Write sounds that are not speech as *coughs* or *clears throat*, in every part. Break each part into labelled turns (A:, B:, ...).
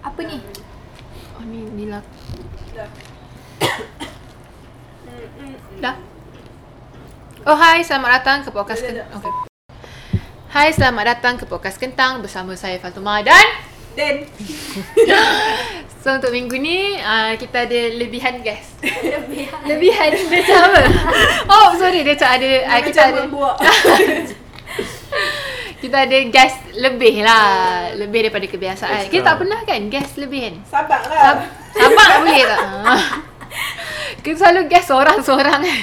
A: Apa ni? Oh ni ni lah. *coughs* Dah. Oh hai, selamat datang ke podcast
B: Dah, dah,
A: Kentang.
B: dah.
A: Okay. Hai, selamat datang ke podcast Kentang bersama saya Fatuma dan
B: Dan
A: So untuk minggu ni uh, kita ada lebihan guest.
B: *laughs* Lebih *laughs*
A: Lebihan dia macam apa? Oh sorry dia macam ada uh, kita
B: Macam
A: ada *laughs*
B: membuat
A: kita ada guest lebih lah, lebih daripada kebiasaan. Kita tak pernah kan guest lebih kan?
B: Sabar lah
A: Sab- Sabar tak boleh tak? Ha. *laughs* Kita selalu guest seorang-seorang kan.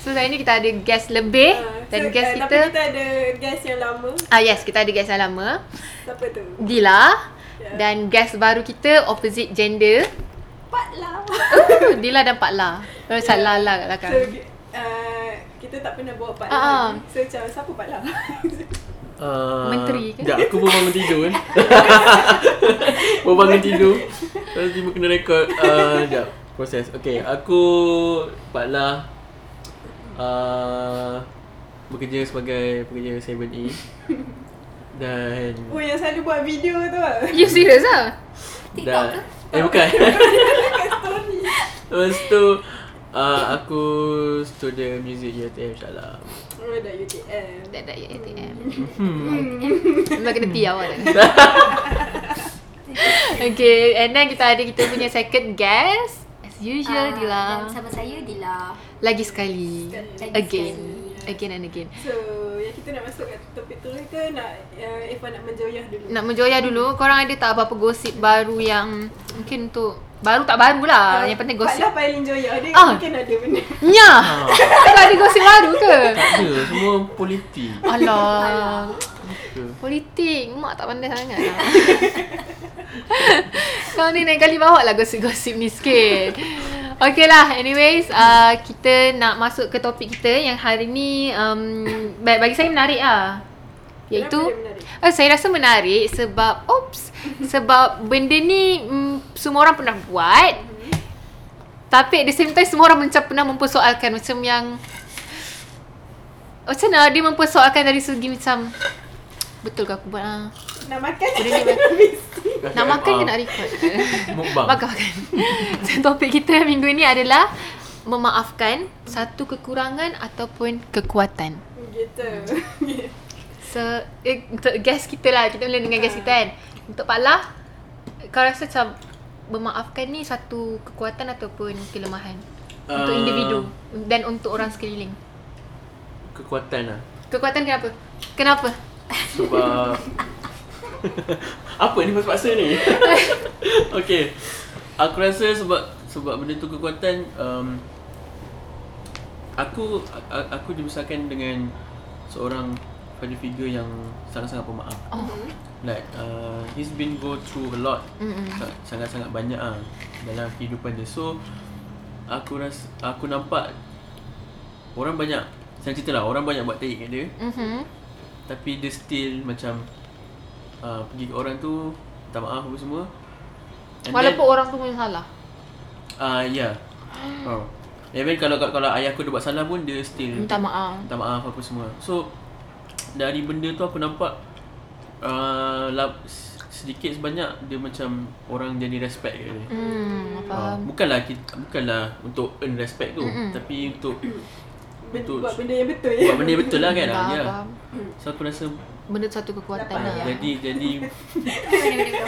A: So hari ni kita ada guest lebih
B: Ah,
A: Eh, dan
B: so,
A: guest
B: ah,
A: kita
B: Tapi kita ada guest yang lama
A: Ah yes, kita ada guest yang lama,
B: Siapa tu?
A: Dila
B: Ya.
A: dan guest baru kita opposite gender,
B: Pak lah
A: Oh, Dila dan Pak La. Oh, macam La La kat belakang.
B: *laughs* Ya. So uh, kita tak pernah bawa Pak
A: Ah, ah.
B: lah lagi. So macam siapa Pak lah?
C: Uh,
A: Menteri ke?
C: Tak, aku baru bangun tidur
A: *laughs*
C: kan Baru bangun tidur Lepas tu tiba kena rekod uh, Sekejap, proses Okay, aku Pak Lah uh, Bekerja sebagai pekerja 7E Dan
B: *laughs* oh yang selalu buat video tu
A: *laughs*
B: lah *laughs*
A: You serious ah?
C: dan, Eh bukan *laughs*
B: Story
C: Lepas tu uh, Aku student music UTM insyaAllah
B: Oh dah UTM
A: Tak ada ya ATM.
C: hmm.
A: Memang kena pi awal
B: *laughs*
A: dah. okay, and then kita ada kita punya second guest as usual
D: Ah,
A: Dila.
D: Dan bersama saya Dila.
A: Lagi sekali.
D: Lagi
A: again.
D: sekali.
A: Again and again.
B: So yang kita nak masuk kat topik tu lah ke nak uh, Eva nak menjoyah dulu
A: Nak menjoya dulu, korang ada tak apa-apa gosip baru yang mungkin untuk baru tak baru lah. Yang penting
B: Pak
A: gosip.
B: lah paling joyah dia
A: Ah.
B: mungkin ada benda
A: Nya.
C: Ah.
A: Kau ada gosip baru ke?
C: Tak ada, semua politik
A: Alah.
C: ke
A: Politik, mak tak pandai sangat lah. *laughs* Kau ni lain kali bawa lah gosip-gosip ni sikit. Okay lah, anyways, uh, kita nak masuk ke topik kita yang hari ni um, ba- bagi saya menarik lah.
B: Kenapa
A: Iaitu,
B: dia menarik?
A: oh, saya rasa menarik sebab, oops, sebab benda ni mm, semua orang pernah buat. Tapi at the same time semua orang macam pernah mempersoalkan macam yang macam mana dia mempersoalkan dari segi macam Betul ke aku buat ah?
B: Nak makan
A: Boleh ni, Mat. Nak makan
C: ah.
A: ke nak record? *laughs*
C: Mukbang.
A: makan makan. *laughs* So, topik kita minggu ni adalah memaafkan satu kekurangan ataupun kekuatan.
B: *laughs* Gitu
A: So, eh, untuk guest kita lah, kita mula dengan guest
C: Ah.
A: kita kan. Untuk Pak Lah, kau rasa macam memaafkan ni satu kekuatan ataupun kelemahan? Untuk
C: Ah.
A: individu dan untuk orang sekeliling.
C: Kekuatan lah
A: Kekuatan kenapa? Kenapa?
C: Sebab *laughs* Apa ni paksa-paksa ni? *laughs* okay Aku rasa sebab Sebab benda tu kekuatan um, Aku a- a- Aku dibesarkan dengan Seorang father figure yang Sangat-sangat pemaaf
A: Oh.
C: Like uh, He's been go through a lot
A: Mm-mm.
C: Sa- Sangat-sangat banyak ah Dalam kehidupan dia So Aku rasa Aku nampak Orang banyak Saya cerita lah Orang banyak buat tarik kat dia
A: Mhm.
C: tapi dia still macam uh, Pergi ke orang tu Minta maaf apa semua And
A: Walaupun
C: then,
A: orang tu punya salah.
C: uh, Ya yeah.
A: Ah.
C: oh. And then kalau, kalau, kalau ayah aku dia buat salah pun Dia still
A: Minta maaf.
C: minta maaf apa semua So Dari benda tu aku nampak uh, lap, Sedikit sebanyak Dia macam Orang jadi respect kat dia
A: Hmm,
C: Ah,
A: faham.
C: bukanlah kita, bukanlah untuk earn respect tu
A: Mm-mm.
C: tapi untuk
B: Ben-
C: Betul.
B: Buat benda yang betul ya
C: buat benda yang betul lah kan ah,
A: Faham,
C: ya.
A: faham.
C: So aku rasa
A: Benda tu satu kekuatan
B: Dapat
A: lah.
B: ya.
C: jadi jadi
D: Benda-benda tu.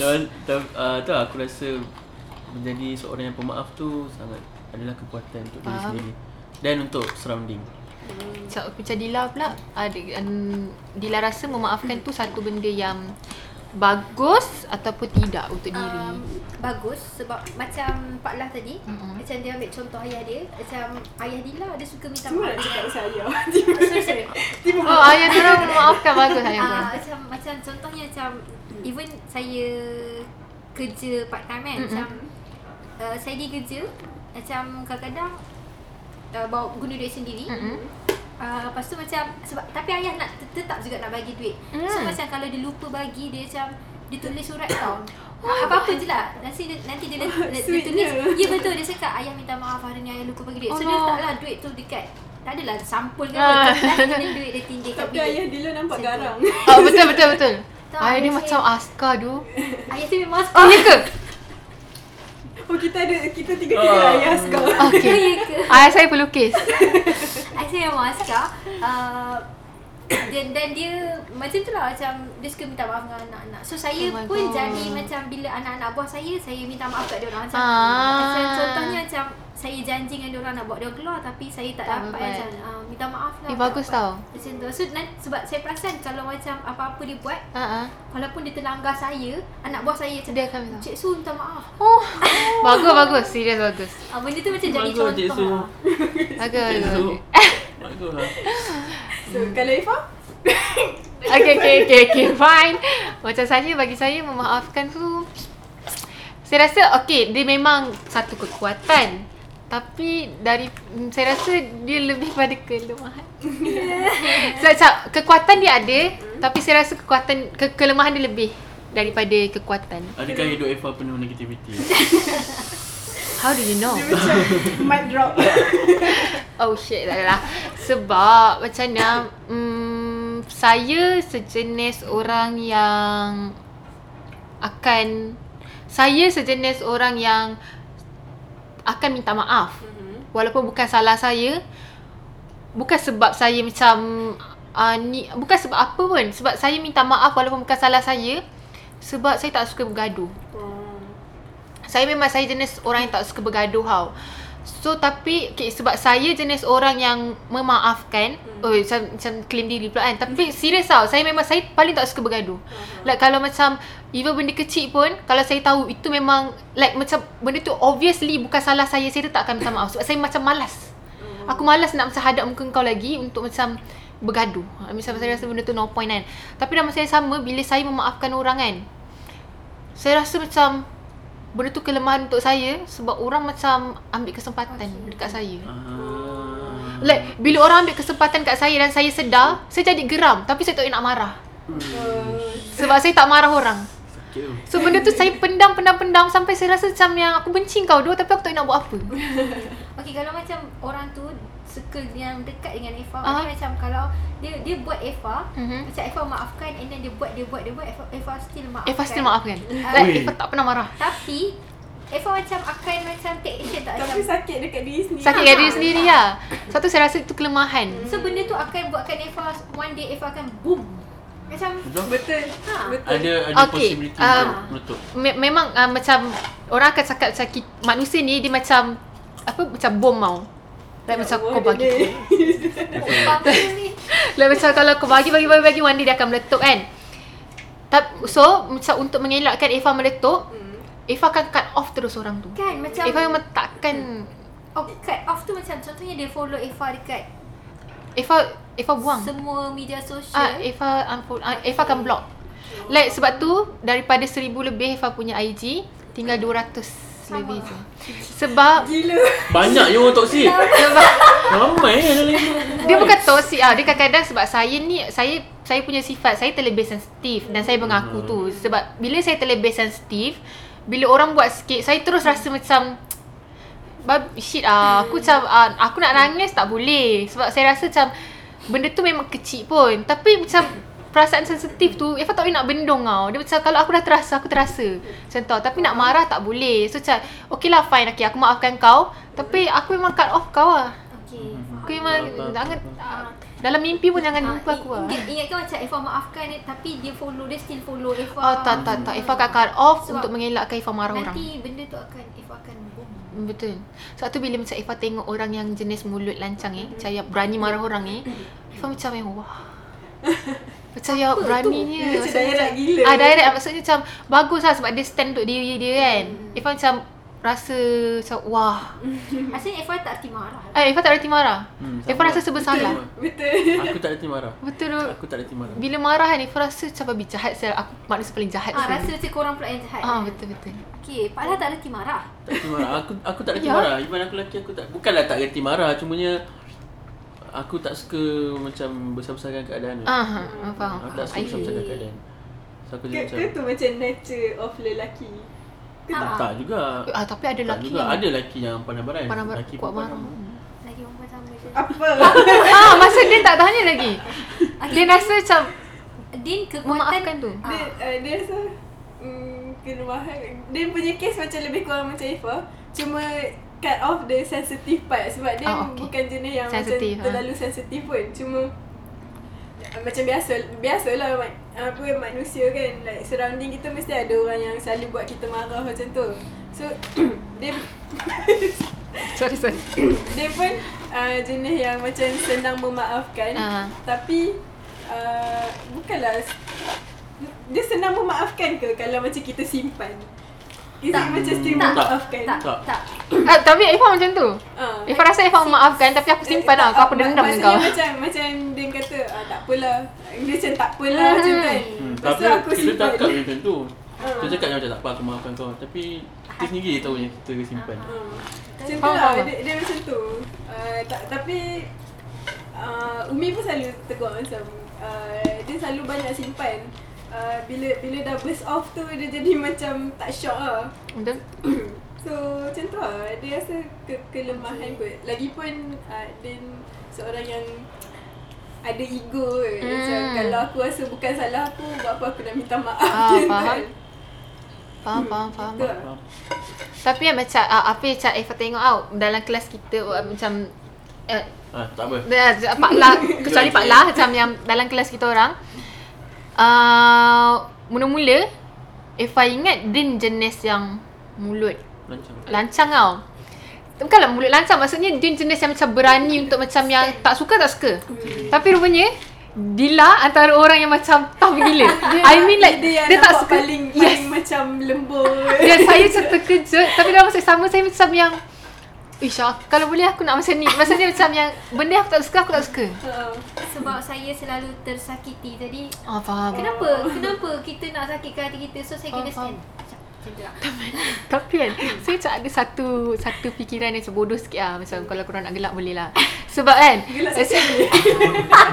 C: Dan dan, uh, tu lah, aku rasa menjadi seorang yang pemaaf tu sangat adalah kekuatan untuk diri
A: Faham.
C: sendiri dan untuk surrounding.
A: Macam, macam Dila pula, ada, um, Dila rasa memaafkan tu satu benda yang bagus ataupun tidak untuk diri.
C: Ah,
D: Um, bagus sebab macam Pak Lah tadi,
A: Mm-mm.
D: macam dia ambil contoh ayah dia, macam ayah Dila dia suka minta
B: Semua nak
D: maaf. Ah,
B: cakap pasal
A: *laughs*
B: ayah
D: *laughs* Sorry, sorry.
B: Tiba
A: oh, ayah dorang memaafkan bagus ayah
D: Ah,
A: dorang.
D: macam macam contohnya macam even saya kerja part time kan,
A: Mm-mm.
D: macam uh, saya di kerja macam kadang-kadang uh, bawa guna duit sendiri.
A: Mm-mm.
D: Uh, lepas tu macam sebab tapi ayah nak tet- tetap juga nak bagi duit. Mm. So
A: Hmm.
D: macam kalau dia lupa bagi dia macam dia tulis surat tau. Ah, apa-apa je lah Nanti dia, nanti dia, dia, dia, dia
B: Sweetnya.
D: tulis Ya betul dia cakap Ayah minta maaf hari ni ayah lupa bagi duit So dia
A: Allah.
D: letaklah duit tu dekat Tak adalah sampul kan
A: Ah.
D: Nanti dia duit dia tinggi kat
B: Tapi
D: bilik
B: ayah Dila nampak
D: Macam tu.
B: garang *laughs*
A: Oh, betul, betul, betul.
D: Ah, Tak,
A: Air dia
D: Cik.
A: macam askar
D: *laughs*
A: tu.
D: Ayah tu memang
A: Oh, ya ke?
B: Oh kita ada kita tiga-tiga
C: Ah.
B: lah ya
A: *laughs*
B: sekarang.
D: *laughs* Ya
A: Okey.
D: ke?
A: Ayah saya pelukis.
D: I say memang askar uh, dan, dan dia macam tu lah macam dia suka minta maaf dengan anak-anak so saya
A: Oh my
D: oh pun
A: God.
D: God. jadi macam bila anak-anak buah saya saya minta maaf kat dia orang macam
A: Ah.
D: macam contohnya macam saya janji dengan dia orang nak buat dia keluar tapi saya tak,
A: Tak
D: dapat
A: dapat.
D: macam uh, minta maaf lah
A: Eh,
D: tak
A: bagus
D: dapat.
A: tau.
D: macam tu so nanti, sebab saya perasan kalau macam apa-apa dia buat
A: Ha ah.
D: walaupun dia terlanggar saya anak buah saya macam
A: Dia akan minta maaf.
D: Cik Su minta maaf
A: Oh. Bagus bagus, serius bagus.
D: uh, benda tu macam jadi
C: Bagus, Cik Su.
D: contoh lah
A: Bagus.
C: Cik
A: bagus.
C: Su. *laughs* Bagus lah.
B: So kalau Ifa
A: Okay, okay, okay, okay, fine. Macam saya, bagi saya memaafkan tu Saya rasa, okay, dia memang satu kekuatan Tapi dari, mm, saya rasa dia lebih pada kelemahan Sebab sebab kekuatan dia ada Tapi saya rasa kekuatan, ke- kelemahan dia lebih Daripada kekuatan
C: Adakah hidup Eva penuh
A: *laughs*
C: negativiti?
A: How do you know? *laughs*
B: dia macam mic drop.
A: Oh shit tak adalah Sebab macam mana mm, Saya sejenis orang yang Akan Saya sejenis orang yang Akan minta maaf Walaupun bukan salah saya Bukan sebab saya macam uh, ni, Bukan sebab apa pun Sebab saya minta maaf walaupun bukan salah saya Sebab saya tak suka bergaduh
B: Oh.
A: saya memang saya jenis orang yang tak suka bergaduh tau. So tapi okay, sebab saya jenis orang yang memaafkan. Hmm. Oh macam, macam claim diri pula kan. Tapi serius tau. Saya memang saya paling tak suka bergaduh. Uh-huh. Like kalau macam even benda kecil pun kalau saya tahu itu memang like macam benda tu obviously bukan salah saya saya tetap akan minta maaf sebab saya macam malas. Aku malas nak macam hadap muka kau lagi untuk macam bergaduh. Ha, Macam saya rasa benda tu no point kan. Tapi dalam masa yang sama bila saya memaafkan orang kan. Saya rasa macam benda tu kelemahan untuk saya sebab orang macam ambil kesempatan okay. dekat saya.
C: Ah.
A: Like bila orang ambil kesempatan kat saya dan saya sedar, saya jadi geram tapi saya tak boleh nak marah. Sebab saya tak marah orang.
C: Sakit tu.
A: So benda tu saya pendam pendam pendam sampai saya rasa macam yang aku benci kau dua tapi aku tak boleh nak buat apa.
D: Okay, kalau macam orang tu circle yang dekat dengan Efa,
A: Ah.
D: uh-huh. macam kalau dia dia buat Efa,
A: Mhm.
D: uh-huh. macam Efa maafkan and then dia buat dia buat dia buat Efa, Efa still maafkan.
A: Eh pasti maafkan.
D: Ah.
A: Like
C: Ui.
A: Eva tak pernah marah.
D: Tapi Efa macam akan macam take action tak
B: Tapi
D: macam
B: sakit dekat diri sendiri. Ha.
A: Sakit kat diri sendiri lah. Satu saya rasa itu kelemahan.
D: So benda tu akan buatkan Efa one day Efa akan boom. Macam
C: Betul?
B: Betul.
D: Ha.
B: Betul.
C: Ada ada
A: Okay,
C: possibility
A: um,
C: untuk meletup.
A: Me- memang uh, macam orang akan cakap macam ki- manusia ni dia macam apa macam bom mau. Like macam kau bagi
B: dia-
D: oh, apa ni?
A: Like macam kalau kau bagi bagi bagi bagi one day dia akan meletup kan. Tap, so macam untuk mengelakkan Eva meletup,
B: Hmm.
A: Eva akan cut off terus orang tu.
D: Kan macam
A: Eva memang takkan
D: oh, cut off tu macam contohnya dia follow Efa dekat
A: Eva Eva buang.
D: semua media
A: Ah
D: sosial.
A: Eva unfollow ah, Eva akan block. Like sebab tu daripada seribu lebih Eva punya IG tinggal 200 lebih je. Sebab
B: Gila.
C: Banyak je orang toksik.
A: sebab
C: Ramai eh dalam hidup.
A: dia bukan toxic ah dia kadang-kadang sebab saya ni saya saya punya sifat saya terlebih sensitif dan saya mengaku tu sebab bila saya terlebih sensitif bila orang buat sikit saya terus rasa macam "Bab- shit ah aku macam ah, aku nak nangis tak boleh sebab saya rasa macam benda tu memang kecil pun tapi macam perasaan sensitif tu Eva tak boleh nak bendung tau dia macam kalau aku dah terasa aku terasa macam tu tapi nak marah tak boleh so macam okay lah fine okay aku maafkan kau tapi aku memang cut off kau lah
D: Okey.
A: Aku memang
C: Faham,
A: jangan
C: faham,
A: ah, dalam mimpi pun jangan
D: Ah,
A: jumpa aku lah.
D: ingat- Ingatkan macam Efa maafkan dia tapi dia follow dia still follow Efa.
A: Oh tak tak tak Ifah akan cut off
D: ah, hmm. Sebab
A: untuk mengelakkan Ifah marah orang.
D: Nanti benda tu akan if akan boom.
C: *laughs*
A: Hmm, Betul. Sebab tu bila macam Ifah tengok orang yang jenis mulut lancang eh, macam yang berani marah orang eh, Ifah macam yang
D: *laughs*
A: wah. Macam yang
D: Apa tu?
A: beraninya.
B: Dia *laughs* macam direct gila.
A: Ah direct ah, maksudnya macam bagus lah sebab dia stand untuk diri dia kan.
D: Hmm.
A: Ifah macam rasa macam wah.
D: Asalnya Efa tak hati marah.
A: Eh Ifah tak reti marah.
C: Hmm,
A: Ifah
C: sama.
A: rasa lah. sebersalah.
B: Betul.
C: Aku tak reti marah.
A: Betul.
C: Aku tak reti marah.
A: Bila marah kan Ifah rasa macam babi jahat saya aku manusia paling jahat
D: Ah,
A: saya.
D: rasa macam korang pula yang jahat.
A: Ah betul betul.
D: Okey, Pak Lah tak reti marah.
C: Tak reti marah. Aku aku tak reti
A: Ya.
C: marah. Even aku lelaki aku tak bukanlah tak reti marah, cumanya aku tak suka macam besar-besarkan keadaan. tu.
A: Ah, ha, ah, faham.
C: Aku tak
A: I
C: suka
A: feel.
C: besar-besarkan keadaan. So aku
B: Ke,
C: jadi macam
B: ke tu macam nature of
A: *laughs*
B: lelaki. Ke tak?
D: Ah.
C: tak juga.
A: Ah, tapi ada
C: Tak
A: lelaki
C: juga. Ada lelaki yang pandai barai.
A: Barang barang
C: Lelaki
A: kuat Ah,
C: perempuan
A: barang.
C: sama.
D: Lagi perempuan sama je.
A: *laughs*
B: Apa?
A: ah, masa dia tak tanya lagi.
D: Okey,
A: Dia rasa macam
D: Din kekuatan Ah,
A: Memaafkan tu.
B: Dia, uh, dia rasa mm, kelemahan dia punya case macam lebih kurang macam Ifa cuma cut off the sensitive part sebab dia
A: Ah, okay.
B: oh, okay. bukan jenis yang
A: Sensitive,
B: macam
A: ha.
B: terlalu sensitif pun cuma uh, macam biasa biasalah ma- apa manusia kan like surrounding kita mesti ada orang yang selalu buat kita marah macam tu so *clears throat* dia
A: Sorry, sorry.
B: dia pun uh, jenis yang macam senang memaafkan
A: Ah.
B: uh. tapi uh, bukanlah dia senang memaafkan ke kalau macam kita simpan Is tak. it
D: Tak.
B: macam still
D: Tak.
B: memaafkan?
D: tak,
C: Tak.
D: tak.
A: ah, tapi Ifah macam tu.
B: Ah.
A: Ifah rasa Ifah memaafkan tapi aku Eh, simpan lah. Kau aku dendam dengan kau.
B: Maksudnya macam, macam dia kata, ah, tak apalah. Dia macam tak apalah macam
A: Hmm.
B: kan.
C: Hmm,
B: Lepas
C: tapi
B: tu aku
C: kita
B: simpan.
C: cakap macam tu.
B: Ah.
C: Kita cakap macam tak apa aku maafkan kau. Tapi kita sendiri tahu yang kita simpan.
B: Ah. Macam tu
A: Faham,
B: lah,
A: faham.
B: dia, dia macam tu. Uh, tak, tapi uh, Umi pun selalu tegur macam uh, dia selalu banyak simpan. Uh, bila bila dah burst off tu dia jadi *laughs* macam tak syok lah.
A: Betul?
B: So macam tu lah, dia rasa ke- kelemahan kot. Lagipun uh, Din seorang yang ada ego hmm. Macam
A: Hmm.
B: kalau aku rasa bukan salah aku, buat apa aku nak minta maaf
A: Ah,
B: *laughs* macam tu
A: faham. Ah,
B: Hmm, kan.
A: Faham, faham, faham.
B: Betul.
C: Faham?
A: Tapi kan macam ah, apa yang Cak Ifah tengok tau dalam kelas kita ah, macam eh,
C: Ah, tak apa.
A: Dia- Pak Lah Kecuali Pak Lah Macam yang dalam kelas kita orang uh, Mula-mula Ifah ingat Din jenis yang Mulut
C: Macam.
A: Lancang tau Bukanlah mulut lancang Maksudnya Din jenis yang macam berani Untuk macam yang Tak suka tak suka Tapi rupanya Dila antara orang yang macam tough gila I mean like
B: dia, yang
A: Dia, tak
B: nampak
A: suka
B: paling,
A: Yes
B: paling macam lembut
A: dan saya macam terkejut Tapi dalam masa yang sama Saya macam yang Ish aku- kalau boleh aku nak macam ni Maksudnya macam yang Benda yang aku tak suka Aku tak suka
B: Ah.
D: Sebab saya selalu tersakiti tadi.
A: Ah faham
D: Kenapa? Kenapa kita nak sakitkan hati kita? So saya kena
A: Faham,
D: stand. Macam tu lah.
A: Tapi kan Saya macam ada satu Satu fikiran yang macam bodoh sikit lah Macam kalau korang nak gelak boleh lah Sebab kan
B: Gelak
A: macam,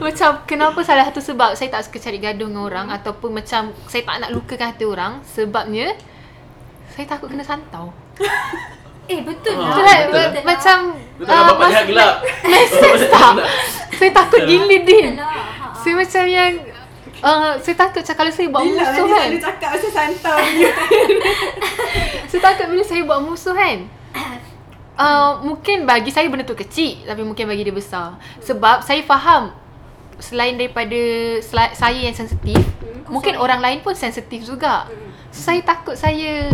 A: macam kenapa salah satu sebab Saya tak suka cari gaduh dengan orang Ataupun macam Saya tak nak lukakan hati orang Sebabnya Saya takut kena santau
D: Eh betul
C: Ah,
D: lah.
A: Betul
C: betul
A: kan?
C: lah.
A: Ma- Macam
C: Betul lah, tak
A: ah,
C: bapak lihat
A: mas-
C: gelap.
A: *laughs* Make sense tak? Saya takut
C: Betul.
A: gila Din
D: Betul lah. Ha, ha.
A: Saya macam yang uh, Saya takut macam kalau saya buat
B: Bila lah
A: musuh
B: dia
A: kan
B: selalu cakap macam santau je
A: Saya takut bila saya buat musuh
C: *coughs*
A: kan uh, Mungkin bagi saya benda tu kecil Tapi mungkin bagi dia besar Sebab saya faham Selain daripada sel- saya yang sensitif Mungkin orang lain pun sensitif juga so, Saya takut saya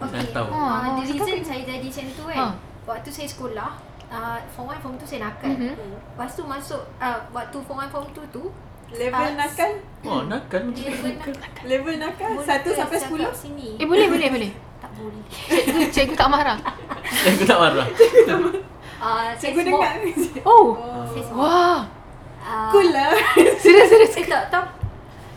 D: Okay.
C: Saya tahu.
A: Ah,
D: Ah, the
A: cakap
D: reason saya jadi macam tu kan.
A: Ah.
D: Waktu saya sekolah, uh, form 1 form 2 saya nakal.
A: Mhm.
D: Lepas tu masuk uh, waktu form 1 form 2 tu
B: Level
D: Ah,
B: nakal
C: *laughs* Oh, nakal macam *laughs*
D: dia pun nak
B: Level nakal 1
D: boleh
B: sampai
D: cakap
B: 10
D: Sini.
A: Eh boleh boleh boleh
D: tak boleh.
A: Cikgu, *laughs* cikgu tak marah
C: Aku tak marah.
D: Ah, saya
B: Cikgu dengar
D: smoke.
B: ke?
A: Oh
B: Oh.
D: Saya smoke.
A: Wah
D: Ah,
B: Cool lah
A: Serius serius
D: Eh tak tahu.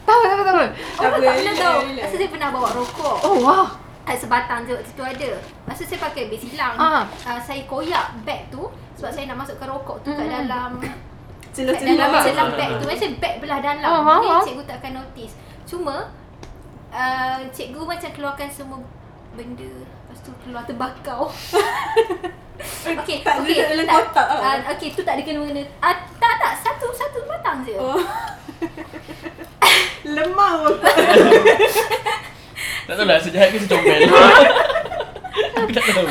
A: Tak apa tak apa tak apa
D: Oh, tak
B: Tak
D: pernah
B: boleh,
D: tahu.
B: boleh.
D: Pasal saya pernah bawa rokok.
A: Oh wah
D: Ah, sebatang je waktu tu ada. Lepas tu saya pakai beg silang.
A: Ah.
D: Ah, saya koyak beg tu sebab saya nak masukkan rokok tu kat
A: Mhm.
D: dalam kat
B: Celah-celah
D: dalam celah
C: Ah.
D: beg tu. Macam beg belah dalam.
A: Ah, faham,
D: Mungkin
A: faham.
D: cikgu tak akan notice. Cuma uh, cikgu macam keluarkan semua benda. Lepas tu keluar terbakau. *laughs* Okey,
B: Tak
D: okey.
B: ada dalam kotak lah.
D: ah, okey, tu tak ada kena-mengena. Ah, tak tak, satu satu batang je.
B: Oh. *laughs* Lemah aku
C: Tak tahu lah sejahat ke secomel. Aku tak tahu.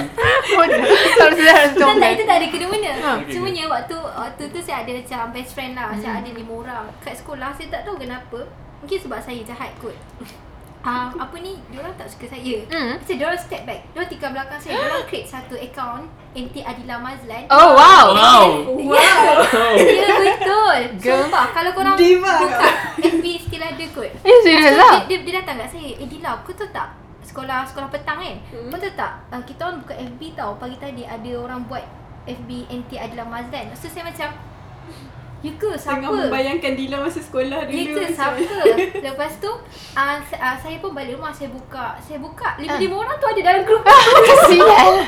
A: Bodoh Tak boleh sedar
D: Itu tak,
A: comel
D: itu tak ada kena-mena.
A: Ha.
C: Okey,
D: Cuma okay. waktu waktu tu saya ada macam best friend lah. Saya ada lima orang. Kat sekolah saya tak tahu kenapa. Mungkin sebab saya jahat kot. *laughs* Um, apa ni, diorang tak suka saya.
A: Hmm.
D: Macam diorang step back. Diorang tikam belakang saya. Diorang create satu account. Anti Adila Mazlan.
A: Oh wow
C: Wow.
D: Wow. Ya betul.
A: Girl.
D: Sumpah kalau korang
B: Diva
D: buka *laughs*
B: kau.
D: FB still ada kot.
A: Eh serius
D: So,
A: lah *laughs*
D: dia, dia, dia datang kat saya. Eh Dila, kau tahu tak? Sekolah sekolah petang kan. Hmm.
B: Hmm.
D: Kau tahu tak? Uh, kita orang buka FB tau. Pagi tadi ada orang buat FB anti Adila Mazlan. So saya macam Ya ke
B: Tengah
D: siapa?
B: membayangkan Dila masa sekolah dulu
D: Ya ke
B: macam-
D: siapa? Lepas tu uh, uh, saya pun balik rumah saya buka. Saya buka
A: Ah.
D: lima-lima orang tu ada dalam *laughs* grup.
A: Kesian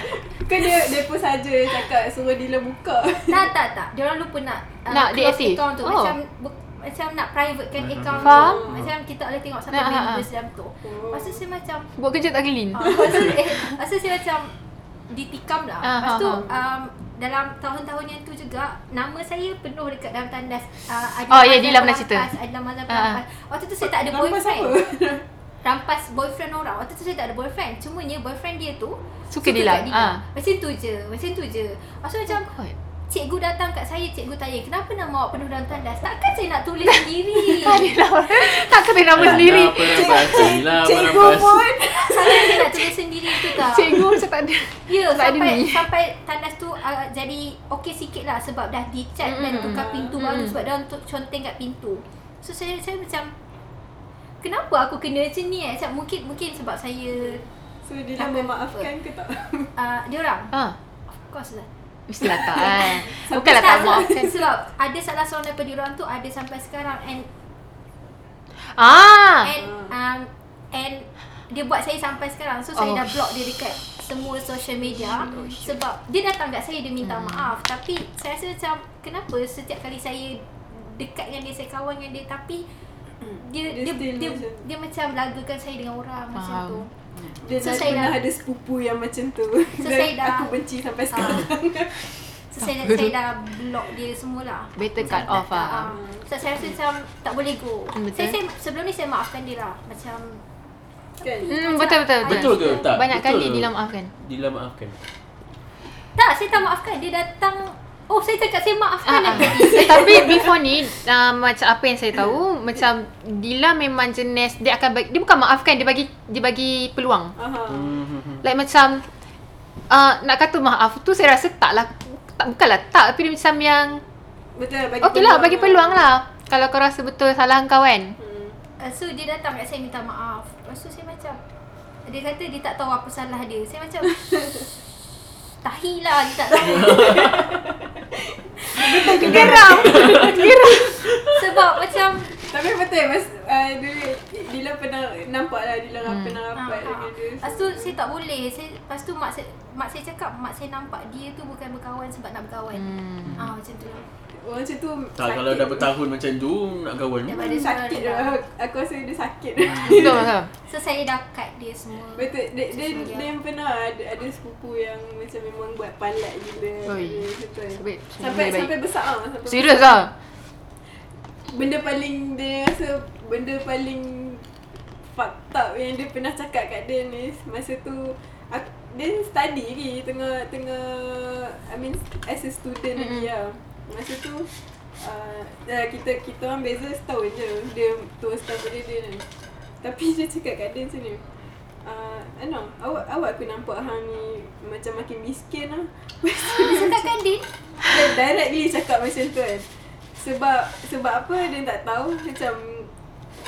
B: Kan dia, dia pun saja cakap suruh Dila buka
D: tak tak tak. Dia orang lupa nak uh,
A: Nak
D: close
A: deactivate?
D: account tu.
A: Oh.
D: Oh. Macam bu- macam nak privatekan
C: Faham.
D: account
A: Faham.
D: tu. Macam kita tak boleh tengok siapa
A: Nak, ha, ha.
D: members dalam tu. Lepas
B: Oh.
D: tu saya macam *laughs*
A: Buat kerja tak clean
D: Ah, Lepas tu, eh, lepas tu saya macam ditikam lah.
A: Ah,
D: Lepas tu
A: ah,
D: um, dalam tahun-tahun yang tu juga nama saya penuh dekat dalam tandas uh,
A: Oh, ya, Dila pernah cerita.
D: Adila Mazlan
A: Ah.
D: perampas Waktu tu saya tak ada
B: Nampak
D: boyfriend
B: siapa?
D: Rampas boyfriend orang Waktu tu saya tak ada boyfriend Cumanya boyfriend dia tu
A: Suka Dila.
D: kat
A: Ah.
D: Macam tu je Macam tu je Lepas tu macam Cikgu datang kat saya Cikgu tanya Kenapa nama awak penuh dalam tandas Takkan saya nak
A: *laughs*
D: tulis sendiri
A: Dila. lah. Tak kena nama sendiri.
B: Cikgu pun
D: Saya saya nak tulis sendiri tu tau
A: Cikgu macam tak ada.
D: Ya
A: Tak ada
D: sampai
A: ni.
D: sampai tandas tu uh, jadi okey sikit lah sebab dah dicat mm. dan
A: Mm-mm.
D: tukar pintu mm. baru
A: Mm.
D: sebab dah untuk conteng kat pintu. So saya saya macam kenapa aku kena macam ni eh? Macam mungkin mungkin sebab saya
B: So dia dah memaafkan ke tak?
D: uh, dia orang
A: Ha.
D: of course lah.
A: Mestilah tak kan. Bukanlah tak maafkan.
D: Sebab ada salah seorang daripada dia orang tu ada sampai sekarang and
A: Ah.
D: and um and dia buat saya sampai sekarang so saya
A: Oh.
D: oh. dah block dia dekat semua social media sebab dia datang kat saya dia minta hmm. maaf tapi saya rasa macam kenapa setiap kali saya dekat dengan dia saya kawan dengan dia
A: *coughs*
D: tapi dia
B: Dia
D: dia dia,
B: still
D: dia,
B: macam-
D: dia macam lagakan saya dengan orang macam
A: Faham.
D: tu
B: Dia
D: So,
B: dah
D: saya
B: pernah
D: dah-
B: ada sepupu yang macam tu *laughs*
D: So,
B: Dan
D: saya dah-
B: aku benci sampai
D: Ah.
B: sekarang *laughs*
D: so
A: Ah.
D: saya, saya
A: *laughs*
D: dah block dia semualah
A: Better cut off ah.
D: So saya rasa macam tak boleh go.
A: Hmm, betul.
D: Saya, saya sebelum ni saya maafkan dia lah. Macam
B: Kan?
A: Hmm, betul betul betul.
C: Betul ke tak?
A: Banyak
C: Betul
A: kali
C: ke?
A: Dila maafkan.
C: Dila maafkan.
D: tak saya tak maafkan dia datang Oh saya cakap saya maafkan
A: Ah, ah.
D: uh, tadi.
A: Tapi before ni uh, macam apa yang saya tahu macam Dila memang jenis dia akan bagi, dia bukan maafkan dia bagi dia bagi peluang.
B: Aha.
C: Hmm.
A: Like macam uh, nak kata maaf tu saya rasa tak lah tak bukanlah tak tapi dia macam yang
B: Betul bagi
A: okey lah bagi peluang lah. Kalau kau rasa betul salah kau kan.
B: Hmm.
D: Uh, so dia datang kat saya minta maaf. Lepas tu saya macam dia kata dia tak tahu apa salah dia. Saya macam tahi lah dia tak
B: *laughs*
D: tahu.
A: Geram. Geram.
D: Sebab macam
B: Tapi betul mas, uh, dia, Dila pernah nampak lah Dila hmm. pernah
D: ah,
B: rapat
D: ah.
B: dengan dia
D: Lepas tu saya tak boleh. Saya lepas tu mak saya mak saya cakap mak saya nampak dia tu bukan berkawan sebab nak berkawan.
A: Hmm.
D: Ah macam tu lah.
B: Orang macam tu
C: Tak kalau dah bertahun macam tu nak kawan.
D: Dah
B: Dia sakit
D: Dah.
B: lah. *laughs* Aku rasa dia sakit
A: Betul betul.
D: So saya dah cut dia semua.
B: *laughs* Betul, dia, dia,
D: Social media.
B: dia yang pernah ada, ada sepupu yang macam memang buat palat gila
A: Oi.
B: Betul.
A: Baik,
B: Sampai,
A: baik.
B: sampai besar lah sampai
A: Serius
B: besar.
A: ah.
B: Benda paling dia rasa Benda paling Fucked up yang dia pernah cakap kat dia ni Masa tu aku, Dia study lagi Tengah Tengah I mean as a student lagi
A: Mm-mm.
B: lah Masa tu uh, dah kita kita orang beza setahun je Dia tua setahun pada dia ni Tapi dia cakap kat dia macam ni Uh, Anam, awak, awak aku nampak Hang ni macam makin miskin lah *laughs* Lepas tu
D: Dia cakapkan Ah, dia
B: dia directly cakap macam tu kan Sebab Sebab apa dia tak tahu Macam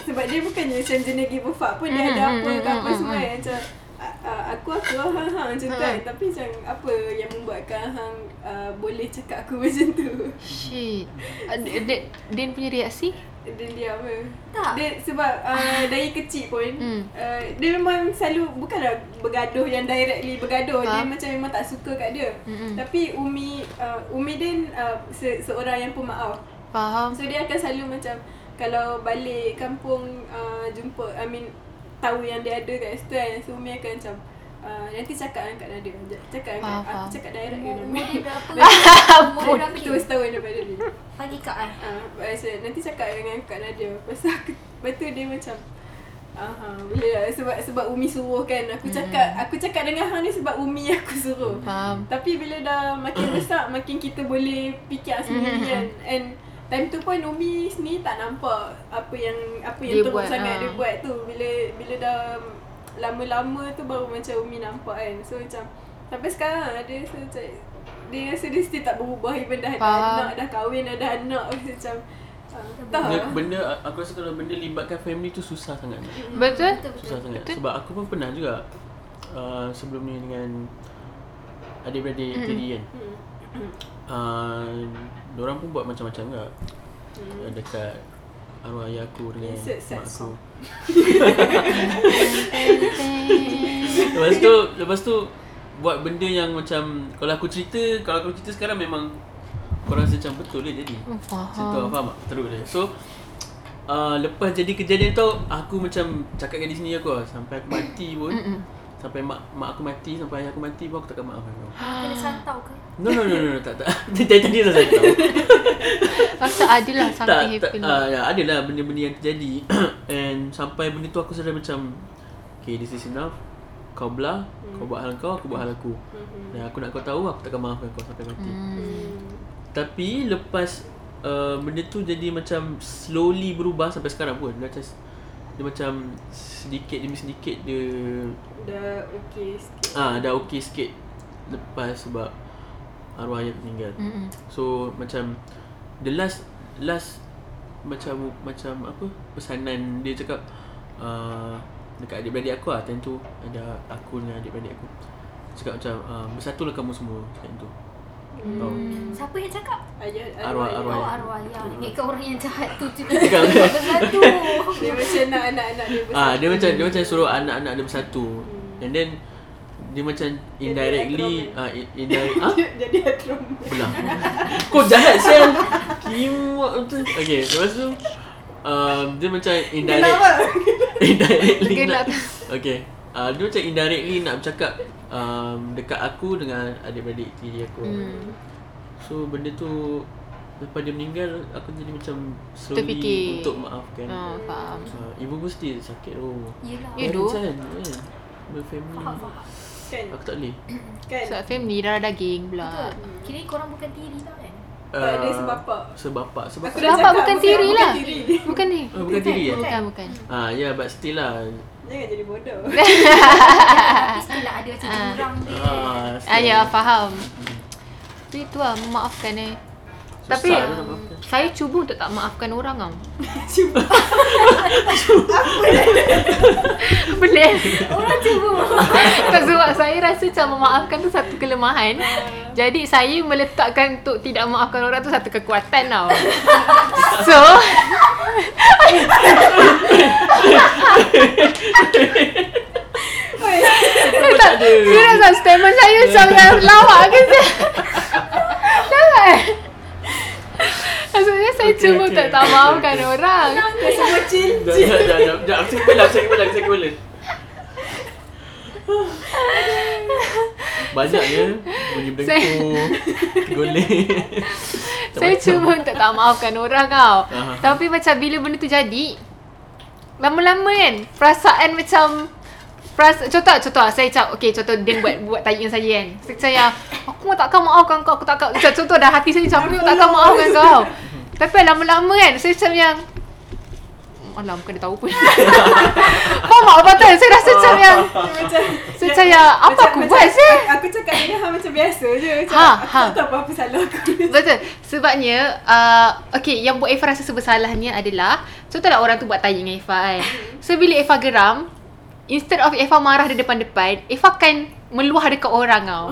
B: Sebab dia bukannya macam jenis give a fuck pun Dia
A: Mm,
B: ada
A: mm,
B: apa
A: mm,
B: ke apa
A: mm,
B: semua
A: mm.
B: kan Macam "A- a- aku aku ah, hang hang macam tu
A: Mm-hmm.
B: kan Tapi macam apa yang membuatkan hang uh, Boleh cakap aku *laughs* macam tu
A: Shit. Ah, Din- Din- Din punya reaksi?
B: Dia diam ke
D: Tak.
B: dia, Sebab uh, dari kecil pun
A: Mm.
B: uh, Dia memang selalu Bukanlah bergaduh yang directly bergaduh Dia
A: Faham.
B: macam memang tak suka kat dia
A: Mm-mm.
B: Tapi Umi uh, Umi Din uh, se- seorang yang pemaaf
A: Faham.
B: So dia akan selalu macam kalau balik kampung uh, jumpa I mean tahu yang dia ada kat situ kan. So Umi akan macam uh, nanti cakap kan kat Nadia. J- Cakap kan
A: Faham,
B: kat- aku
A: faham.
B: cakap direct kan.
D: Umur
B: Umi. *laughs*
D: dia berapa? Umur dia berapa
B: Terus
D: dia?
B: tahu daripada dia.
D: Pagi kat I.
B: Ah, uh, nanti cakap dengan Kak Nadia. Pasal aku lepas tu dia macam Aha, boleh lah sebab sebab Umi suruh kan. Aku cakap aku cakap dengan hang ni sebab Umi aku suruh.
A: Faham.
B: Tapi bila dah
A: *coughs*
B: makin besar Makin kita boleh fikir sendiri
A: Mm-hmm.
B: kan And Time tu pun Umi sendiri tak nampak Apa yang Apa yang
A: Dia
B: teruk
A: buat,
B: sangat
A: ah.
B: dia buat tu Bila Bila dah Lama-lama tu baru macam Umi nampak kan So macam Sampai sekarang dia rasa macam Dia rasa dia still tak berubah Even dah ada
A: Faham.
B: anak Dah kahwin dah ada anak Macam ah, Tak
C: Benda,
A: lah.
C: benda aku rasa kalau benda libatkan family tu susah sangat.
A: Betul?
D: *laughs* Betul betul.
C: Susah sangat
A: Betul.
C: Sebab aku pun pernah juga uh, Sebelum ni dengan Adik-beradik mm. tadi kan
B: Hmm.
C: uh, Diorang pun buat macam-macam juga
A: Mm.
C: uh, Dekat arwah ayah aku dengan
B: Insert sad
C: mak aku
B: song.
C: Lepas tu Lepas tu Buat benda yang macam Kalau aku cerita Kalau aku cerita sekarang memang Korang rasa macam betul dia jadi Macam tu
A: Oh, Faham.
C: faham tak? Teruk dia So uh, Lepas jadi kejadian tu Aku macam Cakap kat diri sendiri aku lah Sampai aku mati pun
A: Mm-mm.
C: Sampai Sampai mak mak aku mati, sampai ayah aku mati pun aku takkan maafkan kau.
D: Kena santau ke?
C: No no no no, no tak *laughs* tak. Tadi tadi dah saya tahu.
A: Rasa adalah something
C: tak, tak,
A: happening.
C: uh, ya, ada lah benda-benda yang terjadi *clears throat* And sampai benda tu aku sedar macam Okay this is enough Kau belah, kau buat hal kau, aku buat hal aku Dan aku nak kau tahu, aku takkan maafkan kau sampai mati
A: Hmm.
C: Tapi lepas uh, benda tu jadi macam slowly berubah sampai sekarang pun Dia macam, dia macam sedikit demi sedikit dia
B: Dah okay sikit
C: ah dah okey sikit lepas sebab arwah ayah meninggal.
A: Mm-mm.
C: So macam the last last macam macam apa pesanan dia cakap uh, dekat adik-beradik aku lah time tu ada aku dengan adik-beradik aku cakap macam uh, bersatulah kamu semua macam tu. Tahu.
A: Hmm.
D: Siapa yang cakap?
B: Hmm. Ayah
C: Oh. Arwah-
B: ayah.
C: arwah.
D: Oh arwah ya. Ingatkan orang yang jahat tu Cuma
C: Bukan. *laughs*
D: bersatu
B: Dia macam nak anak-anak dia besar
C: Ah dia macam dia macam suruh anak-anak dia bersatu. And then Hmm. dia macam indirectly ah uh, indirect ah
B: Jadi dah trauma
C: Belah Kau jahat Sel Kimak tu Okay lepas tu um, Dia macam indirect
B: Kenapa?
C: Indirectly
A: Gelap.
C: nak, Okay uh, Dia macam indirectly nak bercakap um, Dekat aku dengan adik-beradik tiri aku
A: Hmm.
C: So benda tu Lepas dia meninggal Aku jadi macam Slowly
A: Terfikir.
C: untuk maafkan
A: Ah, faham.
C: uh, Ibu ku sendiri sakit oh
D: Yelah
A: Ya, doh.
C: Parents kan kan Berfamily
D: Faham faham
B: Kan?
C: Aku tak boleh
B: Kan?
A: Sebab family darah daging
D: Betul
A: pula.
D: Kira korang bukan tiri tau
A: *laughs*
D: kan
B: Tak, dia
C: Ah,
B: sebapak.
C: Sebapak Sebapak
B: Aku
A: Dah
B: cakap
A: dapat bukan
B: bukan-
A: tiri
B: bukan
A: lah.
B: tiri.
A: Bukan ni.
C: Oh, bukan tiri ya?
A: Bukan, bukan.
C: Ah, ya, yeah, but still lah
B: Jangan jadi
A: *laughs*
B: bodoh
D: Tapi still lah ada macam jurang dia
C: Ah,
A: Ah, ya, faham. Tapi tu lah, memaafkan eh. Tapi ya.
C: Susah tu nak maafkan.
A: saya cuba untuk tak maafkan orang
D: *laughs*
A: tau.
B: Cuba
A: Boleh.
D: Orang cuba
A: Tak sebab saya rasa macam memaafkan tu satu kelemahan.
D: Ya.
A: Jadi saya meletakkan untuk tidak memaafkan orang tu satu kekuatan
D: *laughs*
A: tau. So
B: Oi.
A: tak serius lah statement saya macam dah lawak ke saya. Lawak eh? Maksudnya saya
C: Okay,
A: cuba
C: okay,
A: untuk tak
C: okay,
A: maafkan
C: okay.
A: orang.
B: Kau semua chill
C: Jap, jap, jap, jap, jap. Saya kepala, saya kepala, saya kepala. Banyaknya ya, bunyi belengkung, golek.
A: *laughs*
C: Tak
A: Saya
C: macam.
A: cuba untuk tak maafkan orang tau.
C: Aha.
A: Tapi macam bila benda tu jadi, lama-lama kan perasaan macam Perasa, contoh contoh lah, saya cakap okay contoh dia buat buat tayin saya kan saya, saya aku pun takkan maafkan kau aku takkan macam contoh dah hati saya macam aku pun takkan maafkan kau tapi lama-lama kan saya macam yang Alah bukan dia tahu pun *laughs* Faham tak apa tu saya rasa macam yang
B: Dia macam
A: So, saya, apa aku buat,
B: macam,
A: sih?
B: Aku cakap dengan hang macam biasa je Macam
A: Ha,
B: aku
A: ha.
B: tak tahu apa-apa salah aku
A: Betul. Sebabnya, uh, okay, yang buat Eva rasa sebersalahnya adalah, contohlah orang tu buat tanya dengan Eva kan.
D: Mm-hmm.
A: So, bila Eva geram, instead of Eva marah di depan-depan, Eva akan meluah dekat orang tau.